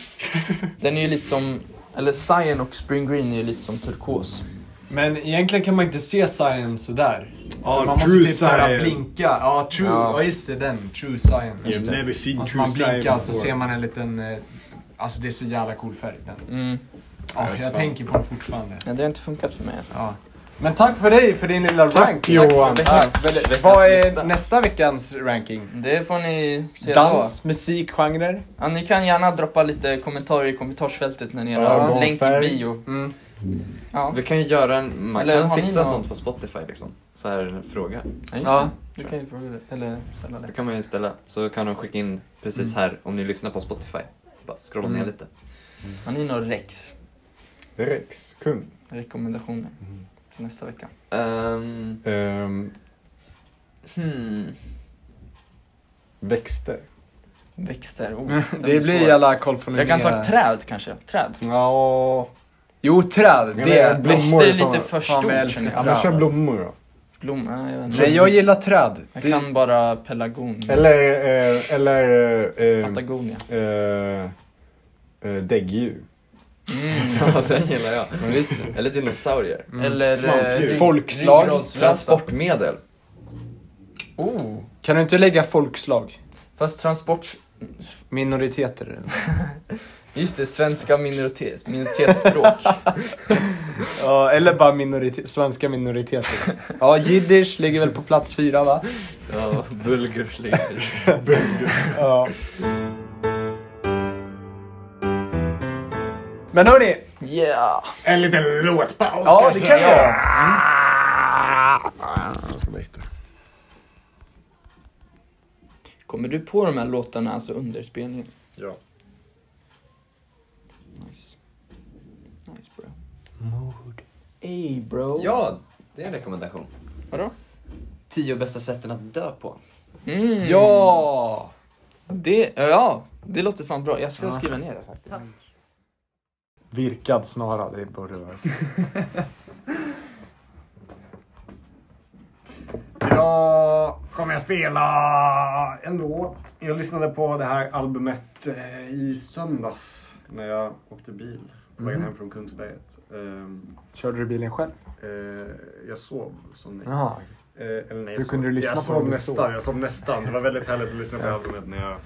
Speaker 6: den är ju lite som... Eller cyan och spring green är ju lite som turkos.
Speaker 4: Men egentligen kan man inte se Cyan sådär.
Speaker 3: Ja,
Speaker 4: För man måste
Speaker 3: true
Speaker 4: typ såhär
Speaker 3: Cyan.
Speaker 4: blinka. Ja, true.
Speaker 6: Ja.
Speaker 4: Ja. just det. Den. True Cyan.
Speaker 3: You've
Speaker 4: Just det.
Speaker 3: never seen
Speaker 4: Alltså
Speaker 3: true
Speaker 4: man blinkar
Speaker 3: Cyan
Speaker 4: så
Speaker 3: before.
Speaker 4: ser man en liten... eh, Alltså det är så jävla cool färg. Den.
Speaker 6: Mm.
Speaker 4: Ja,
Speaker 3: vet
Speaker 4: jag
Speaker 3: fan.
Speaker 4: tänker på den fortfarande.
Speaker 6: Ja, det har inte funkat för mig alltså.
Speaker 4: Ja. Men tack för dig för din lilla rank Johan.
Speaker 6: veckans- veckans
Speaker 4: Vad är
Speaker 6: lista.
Speaker 4: nästa veckans ranking?
Speaker 6: Det får ni se
Speaker 4: Dans, musik, genrer?
Speaker 6: då. Ja, ni kan gärna droppa lite kommentarer i kommentarsfältet när ni har
Speaker 3: Ja,
Speaker 6: länk i
Speaker 3: färg.
Speaker 6: bio.
Speaker 4: Mm.
Speaker 6: Ja,
Speaker 5: Vi kan ju göra en, man
Speaker 6: Eller
Speaker 5: kan
Speaker 6: har ni
Speaker 5: fixa
Speaker 6: någon-
Speaker 5: sånt på Spotify liksom. Så här en fråga. Ja, just
Speaker 6: ja
Speaker 5: det.
Speaker 6: du kan ju fråga eller ställa
Speaker 5: Då
Speaker 6: det.
Speaker 5: kan man ju ställa, så kan de skicka in precis här om ni lyssnar på Spotify. Bara scrolla ner
Speaker 6: Mm.
Speaker 5: lite.
Speaker 6: Har ni några rex?
Speaker 3: Rex, kung.
Speaker 6: Rekommendationer till nästa vecka?
Speaker 5: Ehm,
Speaker 3: Ehm,
Speaker 5: hmm.
Speaker 3: växter.
Speaker 6: Växter? Oh, den är
Speaker 4: Det blir
Speaker 6: svår.
Speaker 4: jävla koll från
Speaker 6: Jag kan ta träd kanske. Träd.
Speaker 3: Ja,
Speaker 4: Jo, träd.
Speaker 3: men
Speaker 4: Det.
Speaker 3: jag- Blommor
Speaker 6: Växter är
Speaker 3: och
Speaker 6: lite
Speaker 3: sådana.
Speaker 6: för
Speaker 4: Fan,
Speaker 6: stort.
Speaker 4: vad jag älskar
Speaker 6: känner
Speaker 3: ja
Speaker 6: jag.
Speaker 4: träd. Bra,
Speaker 3: men kör
Speaker 4: alltså.
Speaker 3: blommor då.
Speaker 6: Blom, ja, jag, vet inte.
Speaker 4: Nej, jag gillar träd.
Speaker 6: jag
Speaker 4: Det-
Speaker 6: kan bara pelargon.
Speaker 3: Eller, eh, eller eh, eh,
Speaker 6: Patagonia.
Speaker 3: eh, eh, däggdjur.
Speaker 4: Mm.
Speaker 5: Ja, den gillar jag. Eller dinosaurier.
Speaker 6: Eller eh,
Speaker 3: Svampdjur.
Speaker 6: rygg-
Speaker 4: Folkslag.
Speaker 6: ryggradsrösa.
Speaker 5: Transportmedel.
Speaker 6: Oh.
Speaker 4: Kan du inte lägga folkslag?
Speaker 6: Fast transport...
Speaker 4: Minoriteter?
Speaker 6: Just det, svenska minoritet, minoritetsspråk.
Speaker 4: Ja, eller bara minorite- svenska minoriteter. Ja, jiddisch ligger väl på plats fyra va?
Speaker 5: Ja, bulgurslingor.
Speaker 4: Ja. Men hörni!
Speaker 6: yeah!
Speaker 3: En liten låtpaus
Speaker 4: Ja, det kan vi göra.
Speaker 6: Kommer du på de här låtarna alltså under spelningen?
Speaker 3: Ja.
Speaker 6: Nice. Nice bro. Mood. Ey bro.
Speaker 5: Ja, det är en rekommendation.
Speaker 6: Vadå?
Speaker 5: Tio bästa sätten att dö på.
Speaker 6: Mm.
Speaker 4: Ja!
Speaker 6: Det, ja, det låter fan bra. Jag ska skriva ner det faktiskt.
Speaker 4: Virkad snara, det borde vara.
Speaker 3: Idag kommer jag spela en låt. Jag lyssnade på det här albumet eh, i söndags när jag åkte bil på
Speaker 4: Mm.
Speaker 3: vägen hem från Kungsberget. Ehm,
Speaker 4: Körde du bilen själv?
Speaker 3: eh, jag sov som ni.
Speaker 4: Jaha.
Speaker 3: Eh, eller nej,
Speaker 4: Hur kunde
Speaker 3: jag sov.
Speaker 4: du lyssna
Speaker 3: jag
Speaker 4: på
Speaker 3: sov
Speaker 4: dem du
Speaker 3: nästan,
Speaker 4: sov?
Speaker 3: Jag sov nästan. Det var väldigt härligt att lyssna på albumet när jag,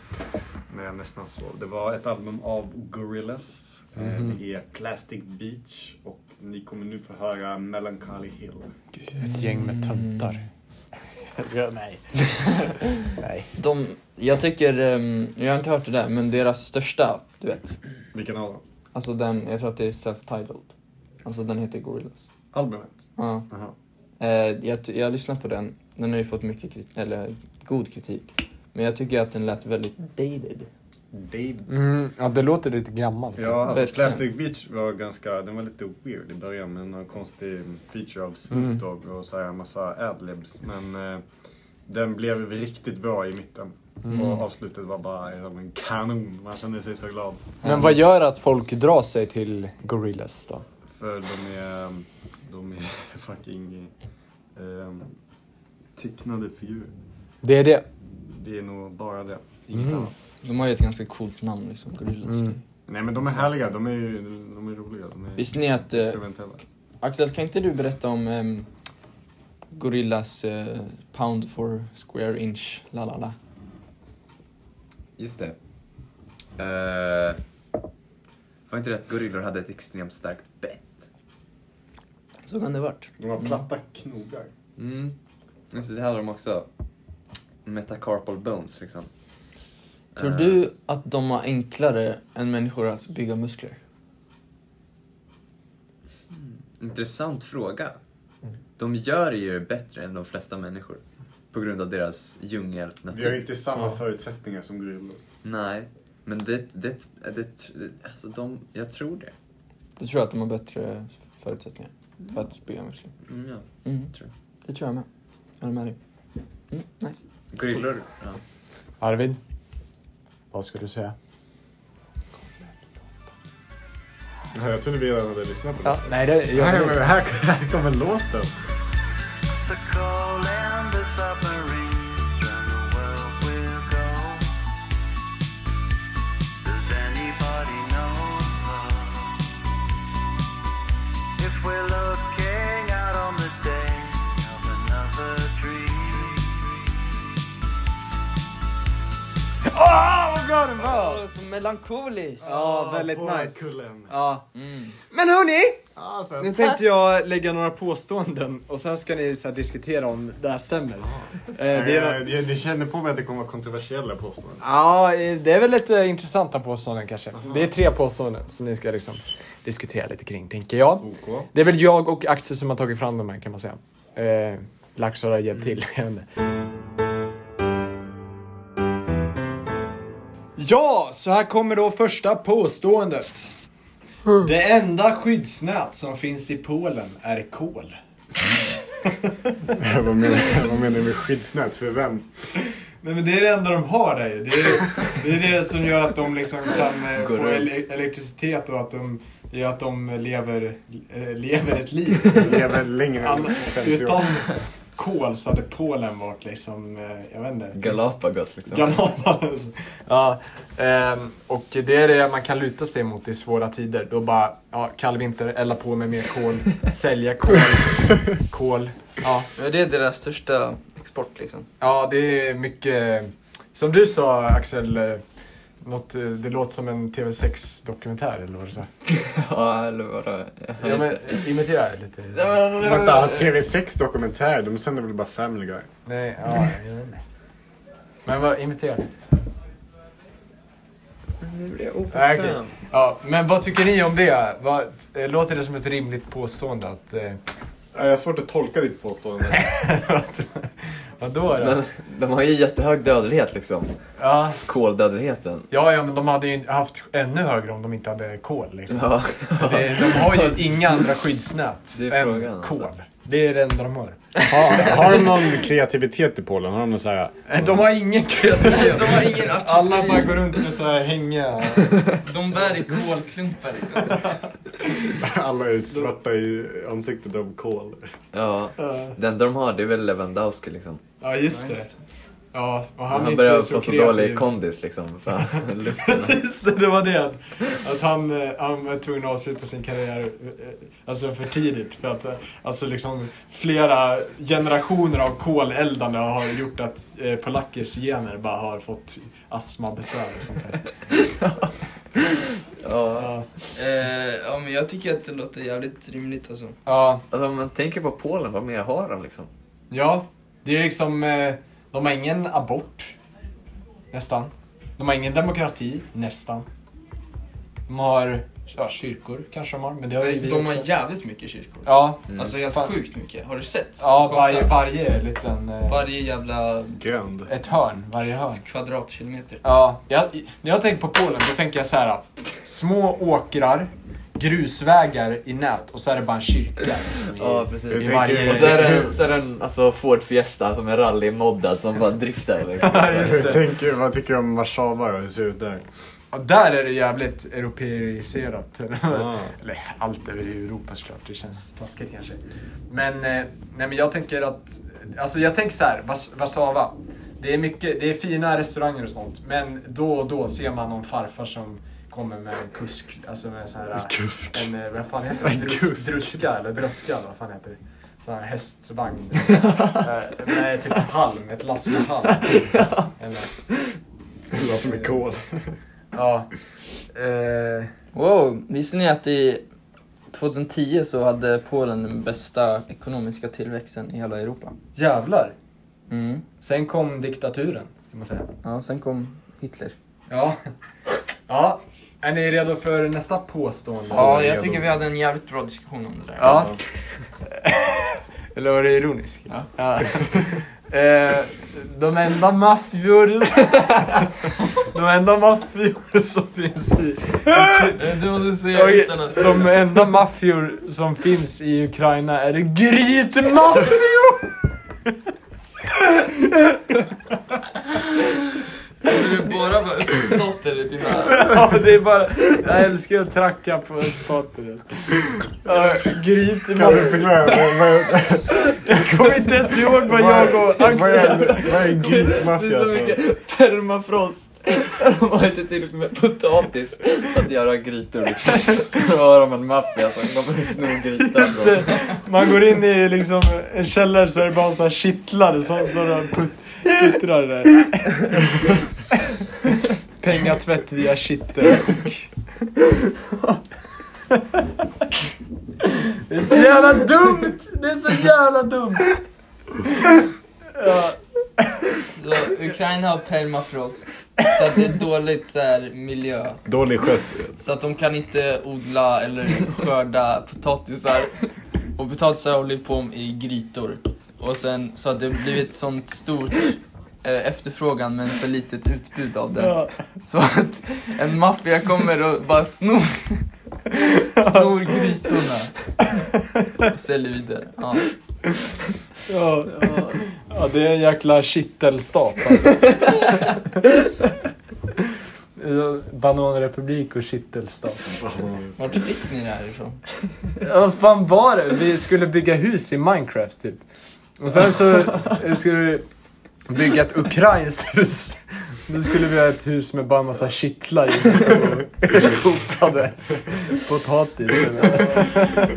Speaker 3: när jag nästan sov. Det var ett album av Gorillaz. Eh,
Speaker 4: Mhm.
Speaker 3: Det är Plastic Beach och ni kommer nu få höra Melancholy Hill.
Speaker 4: Ett gäng med töntar.
Speaker 6: De, jag tycker, ehm, jag har inte hört det där, men deras största, du vet.
Speaker 3: Vilken av dem?
Speaker 6: Alltså den, jag tror att det är self-titled. Alltså den heter Gorillaz.
Speaker 3: Albumet?
Speaker 6: Ja.
Speaker 3: Jaha.
Speaker 6: Eh, jag, ty- jag lyssnade på den. Den har ju fått mycket kritik, eller god kritik. Men jag tycker att den lät väldigt dated.
Speaker 3: Dave
Speaker 4: Mm, ja, det låter lite gammalt.
Speaker 3: Ja, alltså
Speaker 6: Verkligen.
Speaker 3: Plastic Beach var ganska, den var lite weird i början med någon konstig feature av
Speaker 4: Mm.
Speaker 3: Snoop Dogg och så här massa adlibs. Men eh, den blev riktigt bra i mitten.
Speaker 4: Mm.
Speaker 3: Och avslutet var bara som en kanon. Man kände sig så glad.
Speaker 4: Men vad gör att folk drar sig till Gorillaz då?
Speaker 3: För de är, de är fucking eh, tecknade figurer.
Speaker 4: Det är det.
Speaker 3: Det är nog bara det. Inget
Speaker 4: Mm.
Speaker 3: annat.
Speaker 6: De har ju ett ganska coolt namn liksom, Gorillaz.
Speaker 3: Nej men de
Speaker 4: Alltså.
Speaker 3: är härliga, de är, ju- de är roliga. De är
Speaker 6: Visste ni att, eh,
Speaker 3: experimentella.
Speaker 6: Axel kan inte du berätta om ehm, Gorillas eh, pound for square inch, la la la.
Speaker 5: Just det. Eh, var inte det att gorillor hade ett extremt starkt bett?
Speaker 6: Så kan det varit.
Speaker 3: De
Speaker 4: Mm.
Speaker 3: har platta knogar.
Speaker 5: Mm. Alltså det hade de också. Metacarpal bones liksom. Eh,
Speaker 6: Tror du att de har enklare än människor att bygga muskler?
Speaker 5: Intressant fråga. De gör ju bättre än de flesta människor. På grund av deras
Speaker 3: Vi har
Speaker 5: djungelnatur.
Speaker 4: typ.
Speaker 3: inte samma förutsättningar som gorillor.
Speaker 5: Nej, men det, det, det, det, alltså de, jag tror det.
Speaker 6: Du tror att de har bättre förutsättningar för att bygga muskler?
Speaker 5: Mm, ja.
Speaker 6: Mm,
Speaker 5: Tror
Speaker 6: det tror jag med. Jag håller med dig. Mm, nice.
Speaker 5: Gorillor, ja.
Speaker 4: Arvid? Vad ska du säga?
Speaker 3: Ja, Jag trodde vi redan hade lyssnat på det.
Speaker 4: Ja, nej, det, jag,
Speaker 3: Nej, men här, här kommer låten.
Speaker 7: The coal and the submarines round the world will go. Does anybody know?
Speaker 4: Åh, vad glad den var!
Speaker 6: Åh, Så melankoliskt!
Speaker 4: Ja, väldigt
Speaker 3: Åh,
Speaker 4: nice.
Speaker 3: kullen.
Speaker 4: Ja.
Speaker 6: Mm.
Speaker 4: Men hörni!
Speaker 3: Ja, sen.
Speaker 4: Nu tänkte jag lägga några påståenden och sen ska ni så här, diskutera om det här stämmer. Eh, det, är,
Speaker 3: Jag, jag, jag känner på mig att det kommer vara kontroversiella påståenden.
Speaker 4: ja, eh, det är väl lite intressanta påståenden kanske. Det är tre påståenden som ni ska liksom diskutera lite kring, tänker jag.
Speaker 3: OK.
Speaker 4: Det är väl jag och Axel som har tagit fram de här kan man säga. Eh, Laxå har hjälpt till. jag vet inte. ja, så här kommer då första påståendet. Det enda skyddsnät som finns i Polen är kol.
Speaker 3: vad, menar, vad menar du med skyddsnät? För vem?
Speaker 4: Nej men det är det enda de har där ju. Det är det, är det som gör att de liksom kan eh,
Speaker 5: Går
Speaker 4: få
Speaker 5: runt.
Speaker 4: ele- elektricitet och att de, det gör att de lever, eh, lever ett liv.
Speaker 3: Lever längre än
Speaker 4: Alla,
Speaker 3: 50
Speaker 4: utan
Speaker 3: år.
Speaker 4: kol så hade Polen varit liksom, eh, jag vet inte.
Speaker 5: Galapagos liksom.
Speaker 4: Galapagos. Ja, ehm, och det är det man kan luta sig mot i svåra tider. Då bara, ja, kall vinter, elda på med mer kol, sälja kol, kol. Ja,
Speaker 6: Ja, det är deras största export liksom.
Speaker 4: Ja, det är mycket... Som du sa Axel, eh, något, eh, det låter som en TV6-dokumentär eller vad du sa.
Speaker 5: ja, eller vadå? Jag har
Speaker 4: Ja, men,
Speaker 5: inte-
Speaker 4: imitera lite.
Speaker 3: Vänta, TV6 dokumentär? De sänder väl bara Family Guy?
Speaker 4: Nej, ja, jag vet inte. Men vad, imitera lite. Nej, okej. Ja, men vad tycker ni om det? Vad, eh, låter det som ett rimligt påstående att... Eh,
Speaker 3: Jag har svårt att tolka ditt påstående.
Speaker 4: att vadå då?
Speaker 5: Men de har ju jättehög dödlighet liksom.
Speaker 4: Ja,
Speaker 5: Koldödligheten.
Speaker 4: ja, ja, men de hade ju haft ännu högre om de inte hade kol liksom.
Speaker 5: Ja.
Speaker 4: Det, de har ju inga andra skyddsnät
Speaker 5: Det är frågan,
Speaker 4: än
Speaker 5: alltså.
Speaker 4: kol. Det är det enda de har.
Speaker 3: Har, har de någon kreativitet i Polen? Har de någon så här...
Speaker 4: Eh, De har ingen kreativitet.
Speaker 6: De har ingen artisteri.
Speaker 4: Alla bara går runt med så här hänga.
Speaker 6: De bär i kolklumpar liksom.
Speaker 3: Alla är svarta i ansiktet av kol.
Speaker 5: ja. Det enda de har det är väl Lewandowski liksom.
Speaker 4: Ja, just det. Ja, och han,
Speaker 5: Han,
Speaker 4: är
Speaker 5: börjar
Speaker 4: inte så,
Speaker 5: få så
Speaker 4: kreativ.
Speaker 5: dålig kondis liksom. Fan, luften.
Speaker 4: Just det, det var det. att- Att han, eh, han var tvungen att avsluta sin karriär eh, alltså för tidigt. För att eh, alltså liksom, flera generationer av koleldande har gjort att eh, polackers gener bara har fått astmabesvär och sånt där.
Speaker 5: ja.
Speaker 6: Eh, ja, men jag tycker att det låter jävligt rimligt alltså.
Speaker 4: Ja,
Speaker 5: Alltså om man tänker på Polen, vad mer har de liksom?
Speaker 4: Ja, det är liksom... eh, De har ingen abort. Nästan. De har ingen demokrati. Nästan. De har ja, kyrkor, kanske de har. Men det har ju vi
Speaker 6: Eh, De
Speaker 4: också.
Speaker 6: har jävligt mycket kyrkor.
Speaker 4: Ja,
Speaker 6: Alltså helt
Speaker 4: Fan.
Speaker 6: sjukt mycket. Har du sett?
Speaker 4: ja
Speaker 6: Kolla.
Speaker 4: varje, varje liten... eh,
Speaker 6: varje jävla
Speaker 3: Gränd.
Speaker 4: Ett hörn, varje hörn.
Speaker 6: kvadratkilometer.
Speaker 4: Ja, jag, när jag tänker på Polen då tänker jag så här. Små åkrar, grusvägar i nät och så är det bara en kyrka. Liksom, i,
Speaker 5: Ja,
Speaker 3: Jag
Speaker 5: precis.
Speaker 4: i
Speaker 3: tänker-
Speaker 4: varje...
Speaker 5: Och så är det, så är det en alltså, Ford Fiesta som är rallymoddad som bara driftar liksom.
Speaker 4: Just det.
Speaker 3: Hur tänker, vad tycker du om Warszawa då? Hur ser det ut där?
Speaker 4: Ja, där är det jävligt europeiserat.
Speaker 3: Ja.
Speaker 4: Eller allt är ju Europa såklart, det känns taskigt kanske. Men, eh, nej, men jag tänker att, alltså jag tänker så här, Vars- Warszawa. Det är mycket, det är fina restauranger och sånt, men då och då ser man någon farfar som kommer med en kusk, alltså med sån här...
Speaker 3: Kusk.
Speaker 4: En, eh, vad fan heter det?
Speaker 3: En
Speaker 4: Drus,
Speaker 3: kusk.
Speaker 4: druska eller dröska, vad fan heter det? Sån här hästvagn. Eh, Nej, typ halm, ett lass med halm. Eller,
Speaker 3: Alla som är kol.
Speaker 4: ja. Eh,
Speaker 6: Wow, visste ni att i 2010 så hade Polen den bästa ekonomiska tillväxten i hela Europa?
Speaker 4: jävlar.
Speaker 6: Mm.
Speaker 4: Sen kom diktaturen, kan man säga.
Speaker 6: Ja, sen kom Hitler.
Speaker 4: Ja. Ja. Är ni redo för nästa påstående?
Speaker 6: Ja,
Speaker 3: redo.
Speaker 6: jag tycker vi hade en jävligt bra diskussion om det där.
Speaker 4: Ja. Eller var det ironisk?
Speaker 6: Ja.
Speaker 4: Eh, de enda maffior... de enda maffior som finns i...
Speaker 6: Du måste säga
Speaker 4: Oj,
Speaker 6: utan att...
Speaker 4: De enda maffior som finns i Ukraina är grytmaffior!
Speaker 6: Borde du bara vara öststater i dina...
Speaker 4: ja, det är bara... Jag älskar att tracka på öststater. Ja,
Speaker 3: Kan
Speaker 4: Grytmaffior.
Speaker 3: du förklara? Vad- vad-
Speaker 4: kommer inte ens ihåg vad jag och
Speaker 3: Vad är
Speaker 4: Axel...
Speaker 3: vad är
Speaker 5: Det
Speaker 3: grytmaffia?
Speaker 5: är så
Speaker 3: alltså?
Speaker 5: mycket permafrost. Så de har inte tillräckligt med potatis att göra grytor liksom. Så då har de en maffia som kommer och snor grytan.
Speaker 4: Just det. Man går in i liksom en källare så är det bara så här kittlar som står och put- puttrar där. Pengatvätt via kittelkok.
Speaker 6: Det är så jävla dumt! Det är så jävla dumt! Ja. Så Ukraina har permafrost, så att det är dåligt så här, miljö.
Speaker 10: Dålig skötsel.
Speaker 6: Så att de kan inte odla eller skörda potatisar. Och potatisar har blivit på med i grytor. Och sen så att det blivit ett sånt stort eh, efterfrågan men för litet utbud av det. Så att en maffia kommer och bara snor, snor grytorna och säljer vidare. Ja.
Speaker 4: Ja. ja, det är en jäkla kittelstat alltså. Bananrepublik och kittelstat.
Speaker 6: Vart fick ni det här ifrån?
Speaker 4: Ja, vad fan var det? Vi skulle bygga hus i Minecraft typ. Och sen så eh, skulle vi bygga ett ukrainskt hus. Nu skulle vi ha ett hus med bara en massa kittlar i som stod och kokade potatis. eller-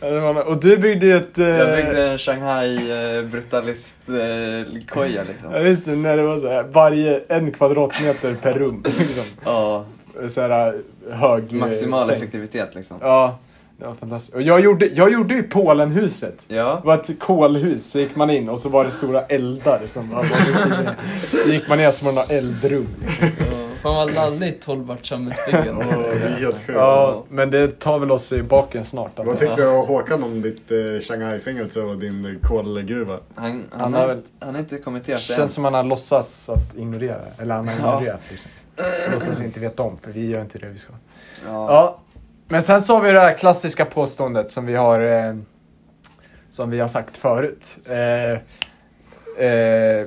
Speaker 4: Ja, det var nå- Och du byggde ju ett... eh,
Speaker 5: Jag byggde en Shanghai eh, brutalist-koja liksom.
Speaker 4: Ja just det, när det var så här, varje en kvadratmeter per rum. Liksom.
Speaker 5: Ja,
Speaker 4: Så här hög eh,
Speaker 5: maximal
Speaker 4: säng.
Speaker 5: effektivitet liksom.
Speaker 4: Ja, det var fantastiskt. Och jag gjorde, jag gjorde ju Polenhuset.
Speaker 5: Ja.
Speaker 4: Det var ett kolhus, så gick man in och så var det stora eldar som var på sidan. Så gick man ner så var det några eldrum.
Speaker 6: Fan vad lalligt hållbart samhällsbyggande.
Speaker 3: Helt sjukt.
Speaker 4: Ja, men det tar väl oss i baken snart.
Speaker 3: Vad tyckte du Håkan om ditt eh, Shanghai-fängelse och din eh, kolgruva?
Speaker 5: Han, han,
Speaker 4: Han
Speaker 5: har,
Speaker 4: har väl-
Speaker 5: han har inte
Speaker 4: Det
Speaker 5: kommenterat det än.
Speaker 4: känns som han har låtsats att ignorera, eller han har ignorerat liksom. Låtsas inte veta om, för vi gör inte det vi ska.
Speaker 5: Ja.
Speaker 4: Ja, men sen så har vi det här klassiska påståendet som vi har, eh, som vi har sagt förut. Eh, eh,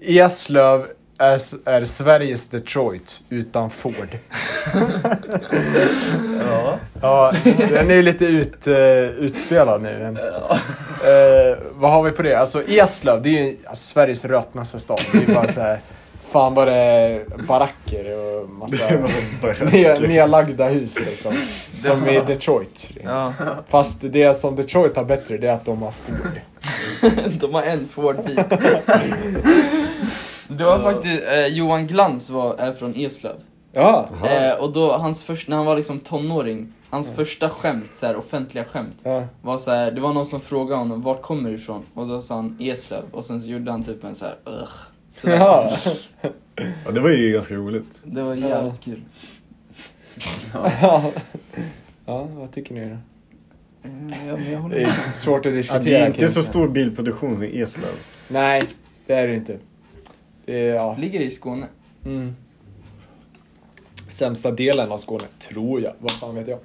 Speaker 4: Eslöv är, s- är Sveriges Detroit utan Ford.
Speaker 5: Ja.
Speaker 4: Ja, den är ju lite ut, eh, utspelad nu. Men, eh, vad har vi på det? Alltså Eslöv, det är ju alltså, Sveriges rötnaste stad. Det är ju bara så här, fan vad det är baracker och massa
Speaker 3: Det är en massa
Speaker 4: ne-
Speaker 3: baracker.
Speaker 4: nedlagda hus liksom. Som i Detroit.
Speaker 6: Ja,
Speaker 4: Fast det som Detroit har bättre det är att de har Ford.
Speaker 6: de har en Ford-bil. Det var faktiskt, eh, Johan Glans var, är från Eslöv.
Speaker 4: Ja.
Speaker 6: Eh, och då, hans först, när han var liksom tonåring, hans första skämt, så här, offentliga skämt,
Speaker 4: Ja.
Speaker 6: var så här, det var någon som frågade honom vart kommer du ifrån? Och då sa han Eslöv, och sen så gjorde han typ en så här, "Ugh." så där.
Speaker 4: Ja.
Speaker 3: Ja, det var ju ganska roligt.
Speaker 6: Det var jävligt kul.
Speaker 4: ja. Ja, vad tycker ni då?
Speaker 6: Ja, men jag håller
Speaker 4: Det är
Speaker 6: med.
Speaker 4: s- svårt att
Speaker 3: Ja,
Speaker 4: diskutera
Speaker 3: det är inte
Speaker 4: kanske.
Speaker 3: så stor bilproduktion som Eslöv.
Speaker 4: Nej, det är det inte. Det är, ja.
Speaker 6: Ligger det i Skåne?
Speaker 4: Mm. Sämsta delen av Skåne, tror jag. Vad fan vet jag?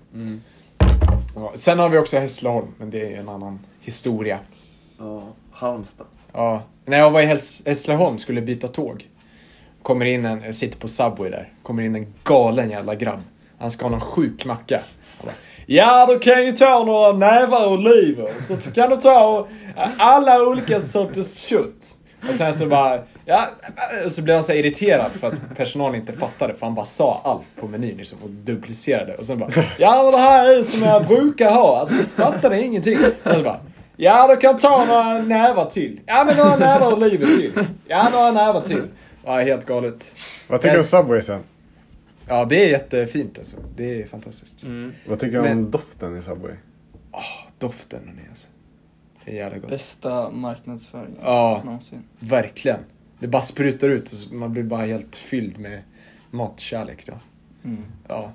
Speaker 4: Ja, sen har vi också Hässleholm, men det är ju en annan historia.
Speaker 5: Ja. Halmstad.
Speaker 4: Ja. När jag var i Häss- Hässleholm skulle byta tåg. Kommer in en, jag sitter på Subway där. Kommer in en galen jävla grabb. Han ska ha någon sjuk macka. Han bara, Ja, du kan ju ta några nävar oliver. Så kan du ta eh, alla olika sorters kött. Och sen så bara, ja, och så blev han så här irriterad för att personalen inte fattade för han bara sa allt på menyn liksom och duplicerade. Och sen bara, ja men det här är som jag brukar ha. Alltså fattade ingenting. Sen så bara, Ja, du kan ta några nävar till. Ja, men några nävar och livet till. Ja, några nävar till. Ja, helt galet.
Speaker 3: Vad tycker du om
Speaker 4: Yes.
Speaker 3: Subway sen?
Speaker 4: Ja, det är jättefint alltså. Det är fantastiskt.
Speaker 3: Vad tycker du om
Speaker 4: Men-
Speaker 3: doften i Subway?
Speaker 4: Doften och det alltså. Det är jävla gott.
Speaker 6: Bästa marknadsföringen
Speaker 4: Ja.
Speaker 6: någonsin.
Speaker 4: Verkligen. Det bara sprutar ut och så- man blir bara helt fylld med matkärlek då.
Speaker 6: Mm.
Speaker 4: Ja.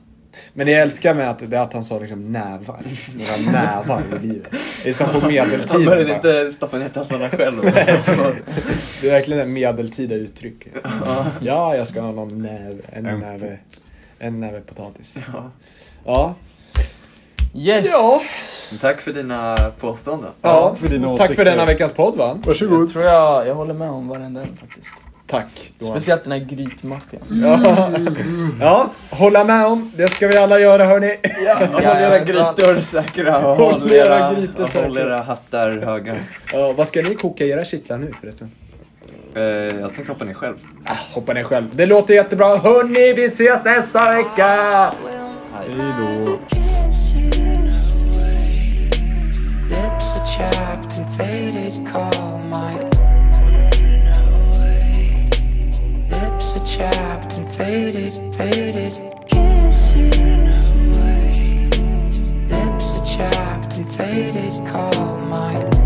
Speaker 4: Men det jag älskar med att, det är att han sa liksom nävar. Några nävar i livet. Det är som på
Speaker 5: Han
Speaker 4: medeltiden.
Speaker 5: började
Speaker 4: bara.
Speaker 5: inte stoppa ner tassarna själv.
Speaker 4: Det är verkligen ett medeltida uttryck.
Speaker 5: Ja.
Speaker 4: Ja, jag ska ha någon näve, en,
Speaker 3: En
Speaker 4: näve, en näve potatis.
Speaker 5: Ja.
Speaker 4: Ja.
Speaker 6: Yes!
Speaker 5: Tack för dina påståenden.
Speaker 4: ja.
Speaker 3: för dina
Speaker 4: Tack för
Speaker 3: åsikter.
Speaker 4: denna veckans podd va?
Speaker 6: Jag tror jag, jag håller med om varenda en faktiskt.
Speaker 4: Tack. Johan.
Speaker 6: Speciellt den här grytmaffian.
Speaker 4: Ja. ja, hålla med om. Det ska vi alla göra hörni.
Speaker 5: Håll era
Speaker 6: Jajamensan.
Speaker 5: grytor säkra och
Speaker 4: Håll
Speaker 5: håll
Speaker 4: era
Speaker 5: era,
Speaker 4: grytor
Speaker 5: och håll
Speaker 4: säkra.
Speaker 5: era hattar höga.
Speaker 4: Ja, vad ska ni koka era kittlar nu förresten?
Speaker 5: Eh, jag ska knoppa ner själv.
Speaker 4: Hoppa ner själv. Det låter jättebra. Hörni, vi ses nästa vecka!
Speaker 11: Lips are chapped and faded, call my lips are chapped and faded, faded kisses. Lips are chapped and faded, call my